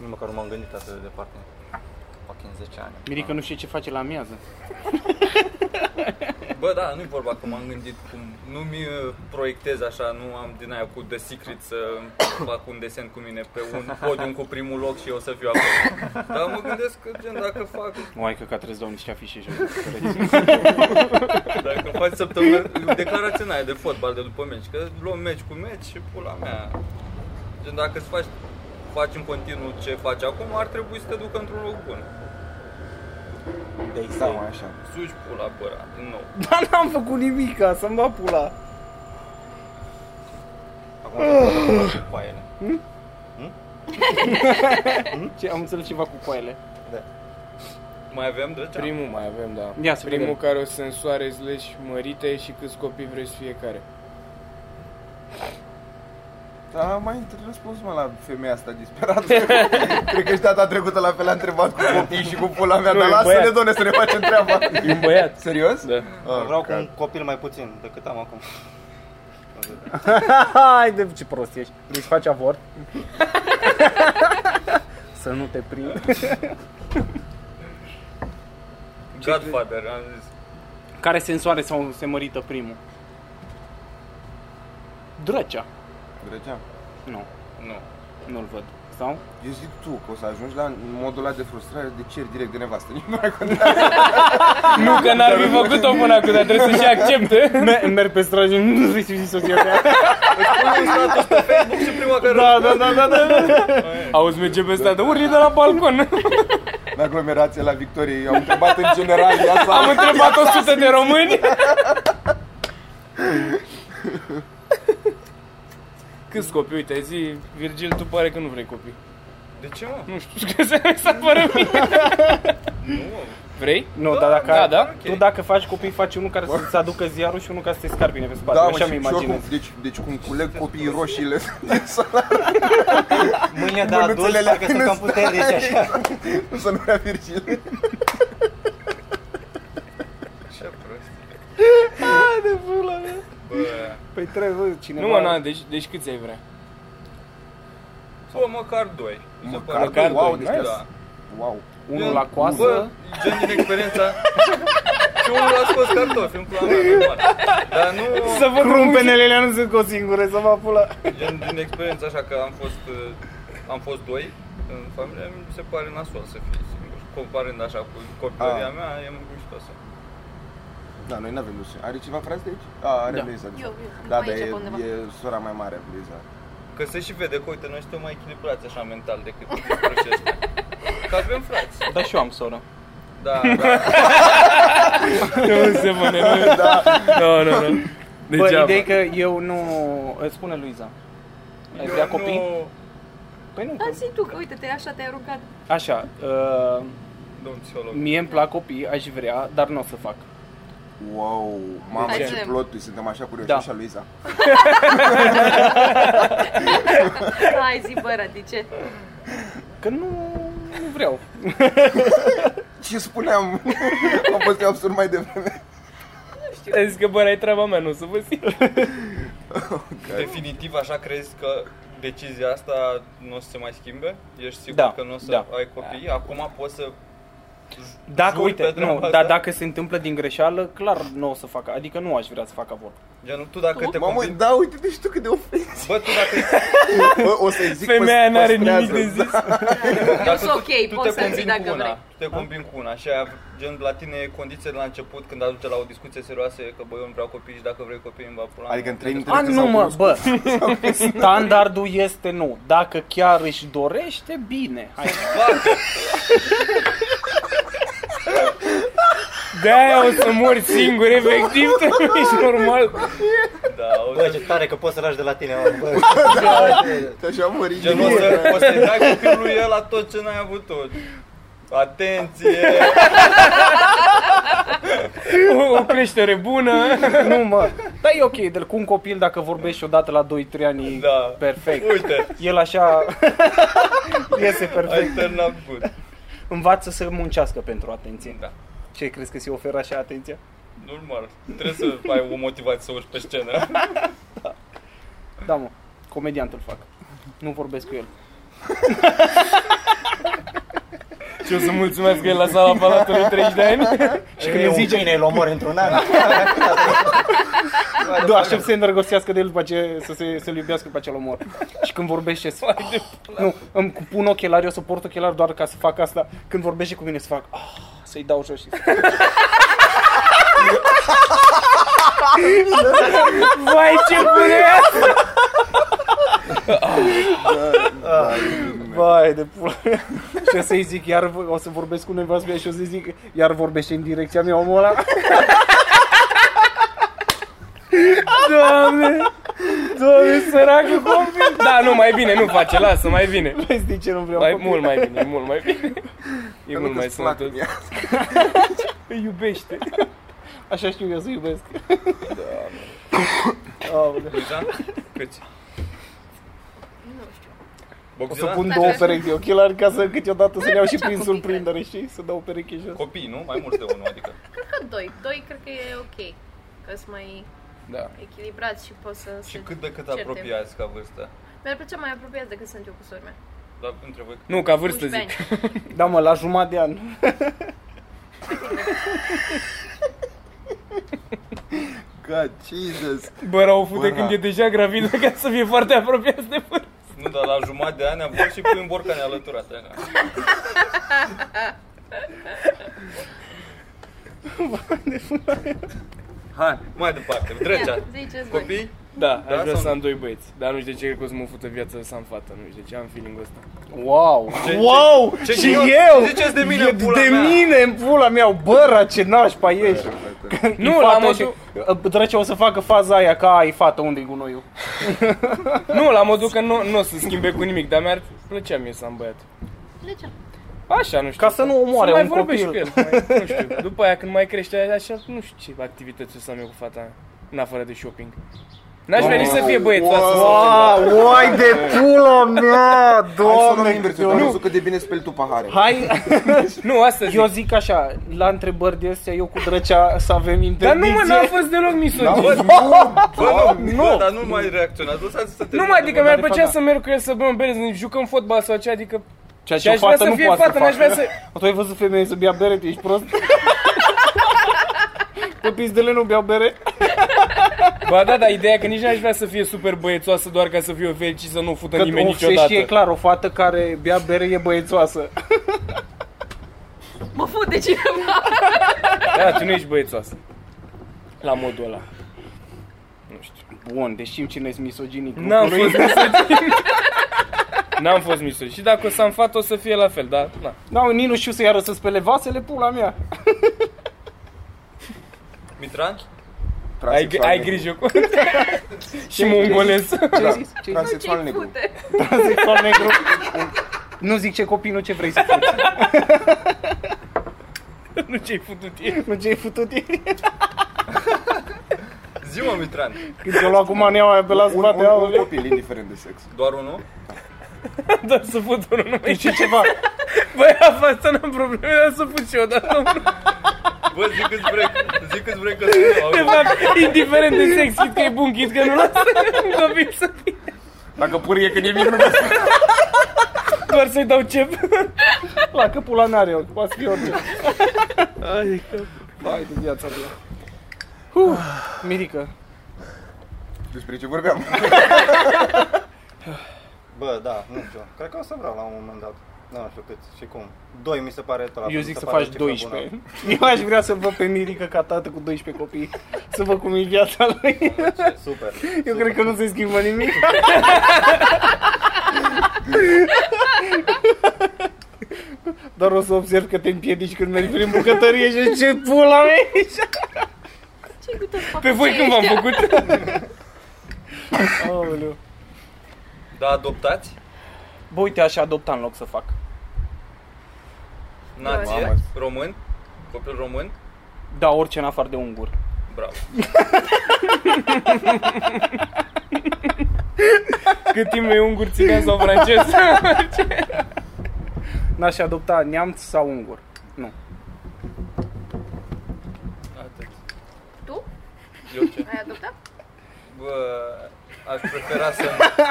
S7: Nu măcar nu m-am gândit atât de departe. Fucking 10 ani.
S3: Mirica nu știe ce face la amiază.
S4: Bă, da, nu-i vorba că m-am gândit cum... Nu mi uh, proiectez așa, nu am din aia cu The Secret să fac un desen cu mine pe un podium cu primul loc și eu să fiu acolo. Dar mă gândesc că, gen, dacă fac
S3: Mai că că trebuie să dau niște afișe și
S4: Dacă faci săptămână, declarația în aia de fotbal de după meci, că luăm meci cu meci și pula mea. Gen, dacă îți faci, faci în continuu ce faci acum, ar trebui să te ducă într-un loc bun.
S2: Da, mă, așa.
S4: Suci pula, băra, din nou.
S3: Dar n-am făcut nimica, să-mi va pula.
S6: Acum să fac coaiele.
S3: Ce, am înțeles ceva cu coaiele.
S4: Mai avem de ce?
S1: Primul mai avem, da.
S3: Ia să
S1: Primul
S3: vedem.
S1: care o să însoare slash mărite și câți copii vreți fiecare.
S2: Dar mai întâi răspuns, mă, la femeia asta disperată. Cred că și data trecută la fel a întrebat cu copii și cu pula mea,
S1: Nu,
S2: dar
S1: e
S2: lasă-ne,
S1: băiat.
S2: doamne, să ne facem treaba.
S1: E un băiat.
S2: Serios?
S1: Da.
S2: Ah,
S6: Vreau cu
S2: că-
S6: un copil mai puțin decât am acum.
S3: Hai de ce prost ești. Deci faci avort. Să nu te prind.
S4: Godfather, am zis.
S3: Care sensoare sau se mărită primul? Drăcea.
S2: Drăgea.
S3: Nu,
S4: Nu.
S3: nu-l văd. Sau?
S2: Eu zic tu că o să ajungi la modul ăla de frustrare de cer direct de nevastă. Nici nu mai contează.
S1: Nu că n-ar fi făcut-o până acum, dar trebuie să și accepte.
S3: Me- merg pe stradă și nu vrei să fii soția ta.
S4: Și prima care
S3: Da, da, da, da, da.
S1: Auzi, merge pe stradă, urli de la balcon.
S2: În aglomerație la Victorie, eu am întrebat în general ea sau...
S1: Am întrebat 100 de români. Câți copii? Uite, zi, Virgil, tu pare că nu vrei copii.
S4: De ce, mă?
S1: Nu știu ce să ne fără mine.
S4: Nu, mă.
S1: Vrei?
S3: Nu, dar dacă,
S1: Da, da.
S3: tu dacă faci copii, faci unul care să-ți aducă ziarul și unul care să te scarpine pe spate.
S2: Da, mă,
S3: Așa
S2: și,
S3: mi
S2: și oricum,
S3: imaginez.
S2: deci, deci cum culeg copiii roșiile din sala,
S6: Mâine de
S2: Mânuțele
S6: adult,
S2: alea
S6: dacă sunt cam puternici așa.
S2: nu să nu era Virgil.
S4: Ce prost. de pula mea.
S3: Păi trebuie cineva...
S1: Nu, mă, na, deci, deci câți ai vrea?
S4: Bă, bă, măcar doi. Mi se
S2: Măcar
S4: pare.
S1: Măcar
S2: wow,
S1: doi,
S2: deci
S1: nice.
S4: Da.
S2: Wow.
S3: Unul la coasă.
S4: Bă, gen din experiența. Și unul a scos cartofi în plan normal. Dar nu
S3: Să văd crumpenelele nu sunt cu o singură, să mă pula.
S4: gen din experiența așa că am fost uh, am fost doi în familie, mi se pare nasol să fii singur. Comparând așa cu copilăria
S2: Ah.
S4: mea, e mai miștoasă.
S2: Da, noi n-avem Lucy. Are cineva frați de aici? A, are
S3: Da.
S2: Luisa. de
S5: Eu,
S2: fapt.
S5: eu.
S2: Da,
S5: Pe
S2: dar
S5: aici,
S2: e,
S5: pe undeva.
S2: e sora mai mare, Luisa.
S4: Că se și vede că, uite, noi suntem mai echilibrați așa mental decât proștii ăștia. Că avem frați.
S3: Da, și eu am soră.
S4: Da, da.
S1: Nu se mâne, nu.
S3: Da,
S1: Nu, nu, nu.
S3: Bă,
S1: Degeaba.
S3: ideea e că eu nu... Îți Spune Luiza. Ai vrea
S4: Eu
S3: copii?
S4: Nu...
S3: Păi nu.
S5: Da, zi tu, că uite, te așa te-ai rugat.
S3: Așa, uh,
S4: Domn psiholog.
S3: mie îmi plac copii, aș vrea, dar nu o să fac.
S2: Wow, mamă
S5: Hai
S2: ce
S5: să-
S2: ploturi, suntem așa curioși
S3: Da.
S2: da. și a Luisa.
S5: Hai zi, bă, radice.
S3: Că nu, nu vreau.
S2: Ce spuneam? Am fost eu absurd mai devreme.
S1: Ai zis că, bă, ai treaba mea, nu o să vă zic.
S4: Definitiv așa crezi că decizia asta nu o să se mai schimbe? Ești sigur
S3: Da,
S4: că nu o să
S3: da.
S4: ai copii? Acum poți să...
S3: Dacă,
S4: Jur pe
S3: uite, nu,
S4: treaba
S3: dar
S4: asta?
S3: dacă se întâmplă din greșeală, clar nu o să fac, adică nu aș vrea să fac avort.
S4: Gen, tu dacă te
S2: Mamă,
S4: convingi...
S2: da, uite-te și tu cât de ofens.
S4: Bă, tu dacă,
S2: Bă, o să-i zic
S1: Păi, Femeia
S2: păs-
S1: n-are
S2: păstrează.
S1: nimic de zis.
S3: Da.
S4: dacă
S5: Sunt ok,
S4: tu, tu
S5: poți
S4: te
S5: să-mi
S4: combini
S5: zici dacă
S4: cu una,
S5: vrei. Da.
S4: tu te combini cu una și aia, gen, la tine e condiție de la început când ajunge la o discuție serioasă că, bă, eu nu vreau copii și dacă vrei copii îmi va pula. Deci,
S2: Adică în trei minute
S3: A,
S2: când
S3: nu
S2: s-au
S3: mă,
S2: cunoscut.
S3: bă, standardul este nu. Dacă chiar își dorește, bine. Hai.
S1: De-aia o să mori singur, efectiv, tu nu ești normal.
S4: Da, o
S6: Bă,
S4: să...
S6: ce tare că poți să lași de la tine, mă, bă.
S2: Și așa
S4: Gen, o
S2: mă rigid.
S4: să, o să-i dai copilului ăla tot ce n-ai avut tu. Atenție!
S1: O, o creștere bună.
S3: Nu, mă. Da, e ok, de cu un copil dacă vorbești odată la 2-3 ani,
S4: Da.
S3: da. perfect.
S4: Uite,
S3: El așa iese perfect.
S4: ai turnat good.
S3: Învață să muncească pentru atenție.
S4: Da.
S3: Ce crezi că se oferă așa atenția?
S4: Normal. Trebuie să ai o motivație să urci pe scenă.
S3: Da, mă. Comediantul fac. Nu vorbesc cu el.
S1: Și o să mulțumesc că e la sala Palatului 30 de ani.
S6: Și când îmi zice... Bine, îl omor într-un an.
S3: Doar Da, aștept să se îndrăgostească de el după ce să se, să-l iubească după acel omor. Și când vorbește să... Nu, îmi pun ochelari, eu să port ochelari doar ca să fac asta. Când vorbește cu mine să fac... Ah, să-i dau jos și să...
S1: Vai, ce bună e asta!
S3: Vai de pula mea. Și o să-i zic, iar v- o să vorbesc cu nevastă mea și o să zic, iar vorbește în direcția mea omul ăla.
S1: Doamne! Doamne, săracul copil! Da, nu, mai bine, nu face, lasă, mai bine.
S3: Vezi de ce nu vreau
S1: Mai,
S3: copil?
S1: mult mai bine, e mult mai bine. E mult
S2: Nu
S1: mai
S2: mai plac
S1: sănătos.
S2: în ea.
S1: Îi iubește.
S3: Așa știu eu să iubesc. Doamne.
S4: Luiza? Câți?
S5: Nu știu.
S3: O să
S4: Bogdan?
S3: pun două perechi de ochelari ca să câteodată să ne iau și prin
S5: Copii,
S3: surprindere, știi? Să dau pereche jos.
S4: Copii, nu? Mai mulți de unul, adică.
S5: Cred că doi. Doi cred că e ok. Că sunt mai...
S1: Da.
S5: echilibrați și poți să
S4: Și
S5: se
S4: cât de cât
S5: certe.
S4: apropiați ca vârstă?
S5: Mi-ar plăcea mai apropiat decât sunt eu cu sora mea.
S4: Dar între voi
S1: Nu, ca vârstă zic.
S5: 11
S3: Da, mă, la jumătate de an.
S2: God, Jesus.
S1: Bă, rău fute
S2: Bă,
S1: când
S2: da.
S1: e deja gravidă ca să fie foarte apropiat de vârstă.
S4: Nu, dar la jumătate de ani am fost și pui în borca nealăturat. Hai, mai departe,
S5: ani.
S4: Drecea.
S5: Ia, Ziceți voi.
S4: Deci, Copii?
S1: Da, aș
S4: Da,
S1: vrea
S4: sau
S1: să
S4: nu?
S1: am doi băieți. Dar nu știu de ce cred că o să mă fută viața să am fată. Nu știu de ce am feeling-ul ăsta.
S3: Wow!
S4: ce-
S3: wow!
S4: ce-
S3: și
S4: ce-
S3: eu!
S4: ziceți de mine,
S3: E-
S4: pula
S3: de
S4: mea!
S3: mine, în pula mea, băra, ce nașpa ești!
S1: Nu,
S3: E
S1: la
S3: fată
S1: modul-
S3: și- Drăcea o să facă faza aia ca ai fată, unde-i gunoiul?
S1: Nu, la modul că nu, nu o să schimbe cu nimic, dar mi-ar plăcea mie să am băiat.
S5: Plece.
S1: Așa, nu știu.
S3: Ca să nu omoare
S1: mai
S3: un
S1: vorbești
S3: copil.
S1: Cu el, mai, nu știu. După aia când mai crește așa, nu știu ce activități o să am eu cu fata mea. În afară de shopping. N-aș vrea nici să fie băieț. asta să-
S3: Wow, uai de pula mea,
S2: Hai să nu invers, eu am
S3: Nu,
S2: văzut cât de bine speli tu pahare.
S3: hai,
S1: Nu, asta zic.
S3: eu zic așa, la întrebări de astea, eu cu drăcea să avem
S1: Dar nu
S3: interdicție.
S1: mă, n-a fost deloc misogin.
S4: Bă, bă, nu,
S3: nu.
S4: bă, dar nu mai reacționați, lăsați să te
S1: Nu, mă, adică
S3: Dar
S1: mi-ar
S3: de
S1: plăcea
S3: fapt,
S1: să merg cu el să bem bere, să ne jucăm fotbal sau ce, adică...
S3: Ceea
S1: Și
S3: ce o
S1: aș vrea
S3: fată
S1: să
S3: nu
S1: fie
S3: poate
S1: fată,
S3: să
S1: n-aș vrea
S3: facă.
S1: să...
S3: Tu ai văzut femeie să bea bere, tu ești prost? Pe pizdele nu beau bere?
S1: Ba da, dar ideea e că nici n-aș vrea să fie super băiețoasă doar ca să fie o fel și să nu fută
S3: Că
S1: nimeni
S3: o-
S1: niciodată.
S3: Se știe clar, o fată care bea bere e băiețoasă.
S5: Mă fut de cineva.
S1: Da, tu nu ești băiețoasă. La modul ăla. Nu știu. Da.
S3: Bun, deci știm cine e misoginic.
S1: N-am fost misogin. N-am fost misogin. Și dacă o să am fată, o să fie la fel, dar na.
S3: Da, nici nu știu să iară să spele vasele, pula mea.
S4: Mitran?
S1: Ai,
S2: Transexual
S1: ai
S2: negru.
S1: grijă cu Și mongolez.
S3: Ce zis? Ce
S2: Da,
S3: zis?
S2: transexual
S5: Ce-i
S2: negru.
S5: fute?
S3: Transexual negru. Nu zic ce copii, nu ce vrei să faci.
S1: nu ce-ai putut e.
S3: Nu ce ai futut ei.
S4: Zi mă, Mitran.
S3: Când te-o lua cu maneaua aia pe la
S2: Un,
S3: spate,
S2: un, un
S3: aoleu.
S2: copil, indiferent de sex.
S4: Doar unul?
S3: Da,
S1: Dar să fut unul numai.
S3: Și ceva.
S1: Băi, a fata n-am probleme, dar să fut și eu, da, dar unul.
S4: Bă, zic câți vrei, zic câți vrei că sunt eu.
S1: De
S4: acum.
S1: fapt, indiferent de sex, chit că e bun, chit că nu lasă un copil să fie.
S2: Dacă purie când e mic, nu vezi.
S1: Doar să-i dau cep.
S3: La că pula mea are, poate fi orice.
S1: Adică-
S3: Hai de viața mea. Uh, Mirica,
S2: Despre ce vorbeam?
S6: Bă, da, nu știu. Cred că o să vreau la un moment dat. Da, nu știu cât și cum. Doi mi se pare tot
S3: eu zic să faci 12. Eu aș vrea să văd pe Mirica ca tată cu 12 copii, să văd cum e viața lui.
S6: Super.
S3: Eu cred că nu se schimbă nimic. Dar o să observ că te împiedici când mergi prin bucătărie și zici, ce pula mea ești?
S5: Ce-i cu toți
S1: Pe voi
S5: copiii
S1: când v-am
S5: ăștia?
S1: făcut?
S3: Aoleu.
S4: Da, adoptați?
S3: Bă, uite, aș adopta în loc să fac.
S4: Nație?
S2: Mamă.
S4: Român? Copil român?
S3: Da, orice în afară de ungur.
S4: Bravo.
S1: Cât timp e ungur, țigan sau francez?
S3: N-aș adopta neamț sau ungur. Nu.
S4: Atât.
S5: Tu?
S4: Eu ce?
S5: Ai adoptat?
S4: Bă, aș prefera să nu.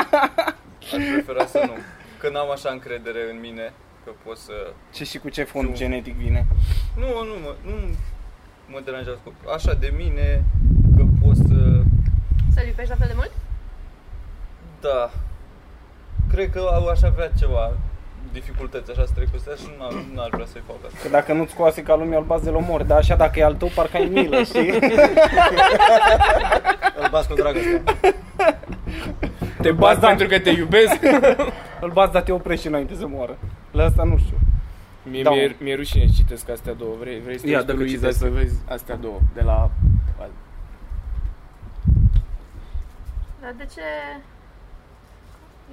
S4: Aș prefera să nu. Că n-am așa încredere în mine că pot să...
S3: Ce și cu ce fond
S4: Nu.
S3: genetic vine.
S4: Nu, nu mă, nu mă deranjează cu- așa de mine că pot să...
S5: Să-l iubești la fel de mult?
S4: Da. Cred că au- aș avea ceva dificultăți așa să trec peste așa și nu a- nu aș vrea să-i fac asta.
S3: Că dacă nu-ți scoase ca lumea albați de omor, dar așa dacă e al tău, parcă ai milă, știi?
S6: Îl bați cu dragoste.
S1: Te bați pentru că te iubesc?
S3: Îl bați, dar te oprești înainte să moară. La asta nu știu.
S1: Mie,
S3: Da,
S1: mi-e,
S3: mă.
S1: mi-e rușine să citesc astea două. Vrei, vrei să
S3: Ia,
S1: te
S3: dacă
S1: Luiza
S3: citesc.
S1: să vezi astea două de la...
S5: Dar de ce...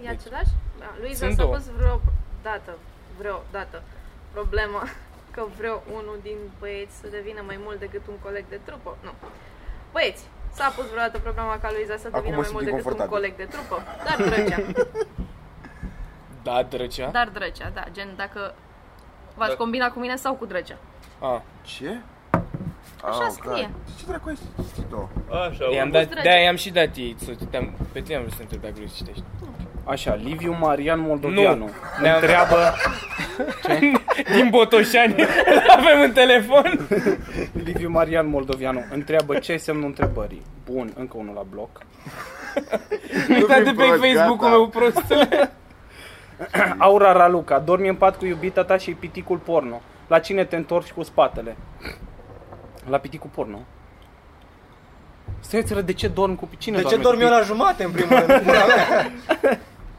S5: E același? Da. Luiza
S1: Sunt
S5: s-a
S1: două.
S5: pus vreo dată, vreo dată, problema că vreo unul din băieți să devină mai mult decât un coleg de trupă. Nu. Băieți, s-a pus vreodată problema ca Luiza să devină
S2: mă
S5: mai
S2: simt
S5: mult decât un
S2: inconfortabil.
S5: coleg de trupă. Dar drăgea.
S1: Da, drăcea?
S5: Dar drăgea, da. Gen, dacă v-ați
S4: Dacă-
S5: combina cu mine sau cu drăgea.
S1: A,
S2: Ce?
S5: Așa
S2: Au,
S5: scrie.
S2: gata. Ce dracu ai citit-o?
S4: Așa,
S1: I-am
S4: uite.
S1: dat,
S5: dragi.
S1: de i-am și dat ei, să te-am, pe tine am vrut să te întreb dacă vrei să citești.
S3: Așa, Liviu Marian Moldovianu.
S1: Nu.
S3: Ne întreabă...
S1: Din Botoșani, îl avem în telefon.
S3: Liviu Marian Moldovianu întreabă ce e semnul întrebării. Bun, încă unul la bloc.
S1: Uitați pe
S2: prost,
S1: Facebook-ul
S2: gata.
S1: meu prostule.
S3: Aura Raluca, dormi în pat cu iubita ta și piticul porno. La cine te întorci cu spatele? La piticul porno. Stai de ce dorm cu cine
S6: De ce
S3: doarme
S6: dormi
S3: cu
S6: eu la jumate, în primul rând? Pula mea.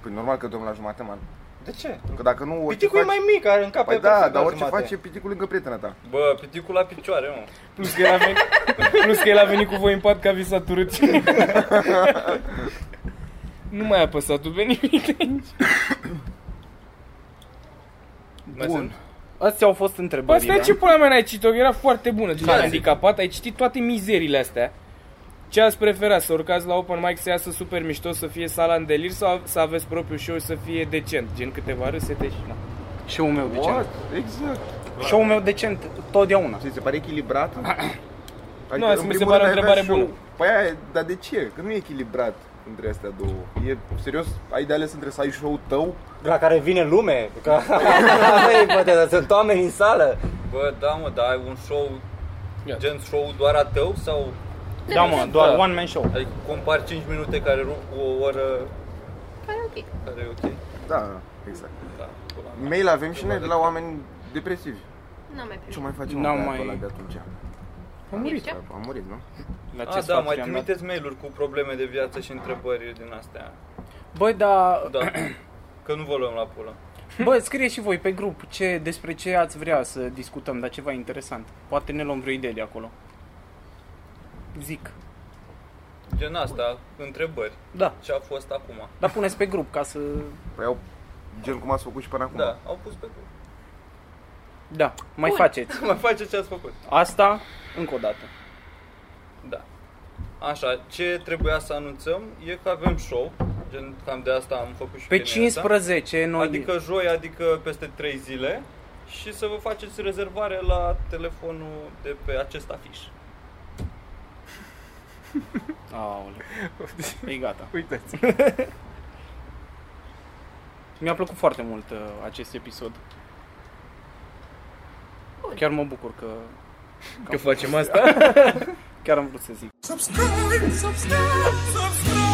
S2: Păi normal că dorm la jumate, man.
S6: De ce?
S2: Că dacă nu, orice
S6: Piticul e
S2: Păi faci-
S6: mai mic, are în cap
S2: Păi
S6: pe
S2: da,
S6: perfect la
S2: dar orice
S6: jumate.
S2: face piticul lângă prietena ta.
S4: Bă, piticul la picioare, mă.
S1: Plus că, el a venit, plus că el a venit cu voi în pat ca vi s-a turât. Nu mai apăsa tu pe nimic de aici.
S3: pitic? Bun. Astea au fost
S1: Bă,
S3: întrebările.
S1: asta ce pula mea n-ai citit-o, că era foarte bună. Tu ești
S3: Care?
S1: handicapat, ai citit toate mizerile astea. Ce ați prefera, să urcați la open mic, să iasă super mișto, să fie sala în delir sau să aveți propriul show și să fie decent? Gen câteva râsete și... Na.
S3: Show-ul meu decent.
S2: What? Exact.
S3: Show-ul meu decent totdeauna.
S2: Ți se pare echilibrată?
S1: Nu, asta
S2: în
S1: mi se
S2: primul
S1: pare o
S2: rând ai
S1: întrebare
S2: avea
S1: bună.
S2: show. Păi aia, e- dar de ce? Că nu e echilibrat între astea două. E serios, ai de ales între să ai show tău
S6: La care vine lume. Că... Asta e ipoteza, sunt oameni în sală.
S4: Bă, da, mă, dar ai un show,
S1: Ia.
S4: gen show doar a tău sau...
S3: Da, mă, doar
S4: Da.
S3: one man show.
S4: Adică compari 5 minute care rup cu o oră
S5: Pare Păi, ok.
S4: care e ok.
S2: Da, exact.
S4: Da, pula mea.
S2: Mail avem și noi de la oameni depresivi.
S5: N-am mai
S2: Ce
S5: primit.
S2: mai facem
S3: N-am
S2: cu
S3: mai-
S2: mai... ăla de atunci?
S3: Am
S5: murit.
S2: Da, A murit, nu?
S3: La
S4: A, da,
S3: sfaturi am
S4: mai
S3: dat?
S4: trimiteți mail-uri cu probleme de viață și întrebări din astea.
S3: Băi, da,
S4: Da. Că nu vă luăm la pulă.
S3: Bă, scrie și voi pe grup ce, despre ce ați vrea să discutăm, dar ceva interesant. Poate ne luăm vreo idee de acolo. Zic.
S4: Gen asta, întrebări.
S3: Da.
S4: Ce a fost acum?
S3: Dar puneți pe grup ca să...
S2: Păi au gen cum ați făcut și până acum.
S4: Da, au pus pe grup.
S3: Da, mai
S5: Bun.
S3: faceți.
S4: Mai face ce ați făcut.
S3: Asta, încă o dată.
S4: Da. Așa, ce trebuia să anunțăm e că avem show. Gen, cam de asta am făcut și
S3: Pe
S4: chestia asta.
S3: 15 noi...
S4: da? Adică joi, adică peste 3 zile și să vă faceți rezervare la telefonul de pe acest afiș.
S3: Aoleu. E gata.
S1: Uitați.
S3: Mi-a plăcut foarte mult uh, acest episod.
S5: Bun.
S3: Chiar mă bucur că...
S1: Că facem asta?
S3: Chiar am vrut să zic.
S8: subscribe, subscribe, subscribe.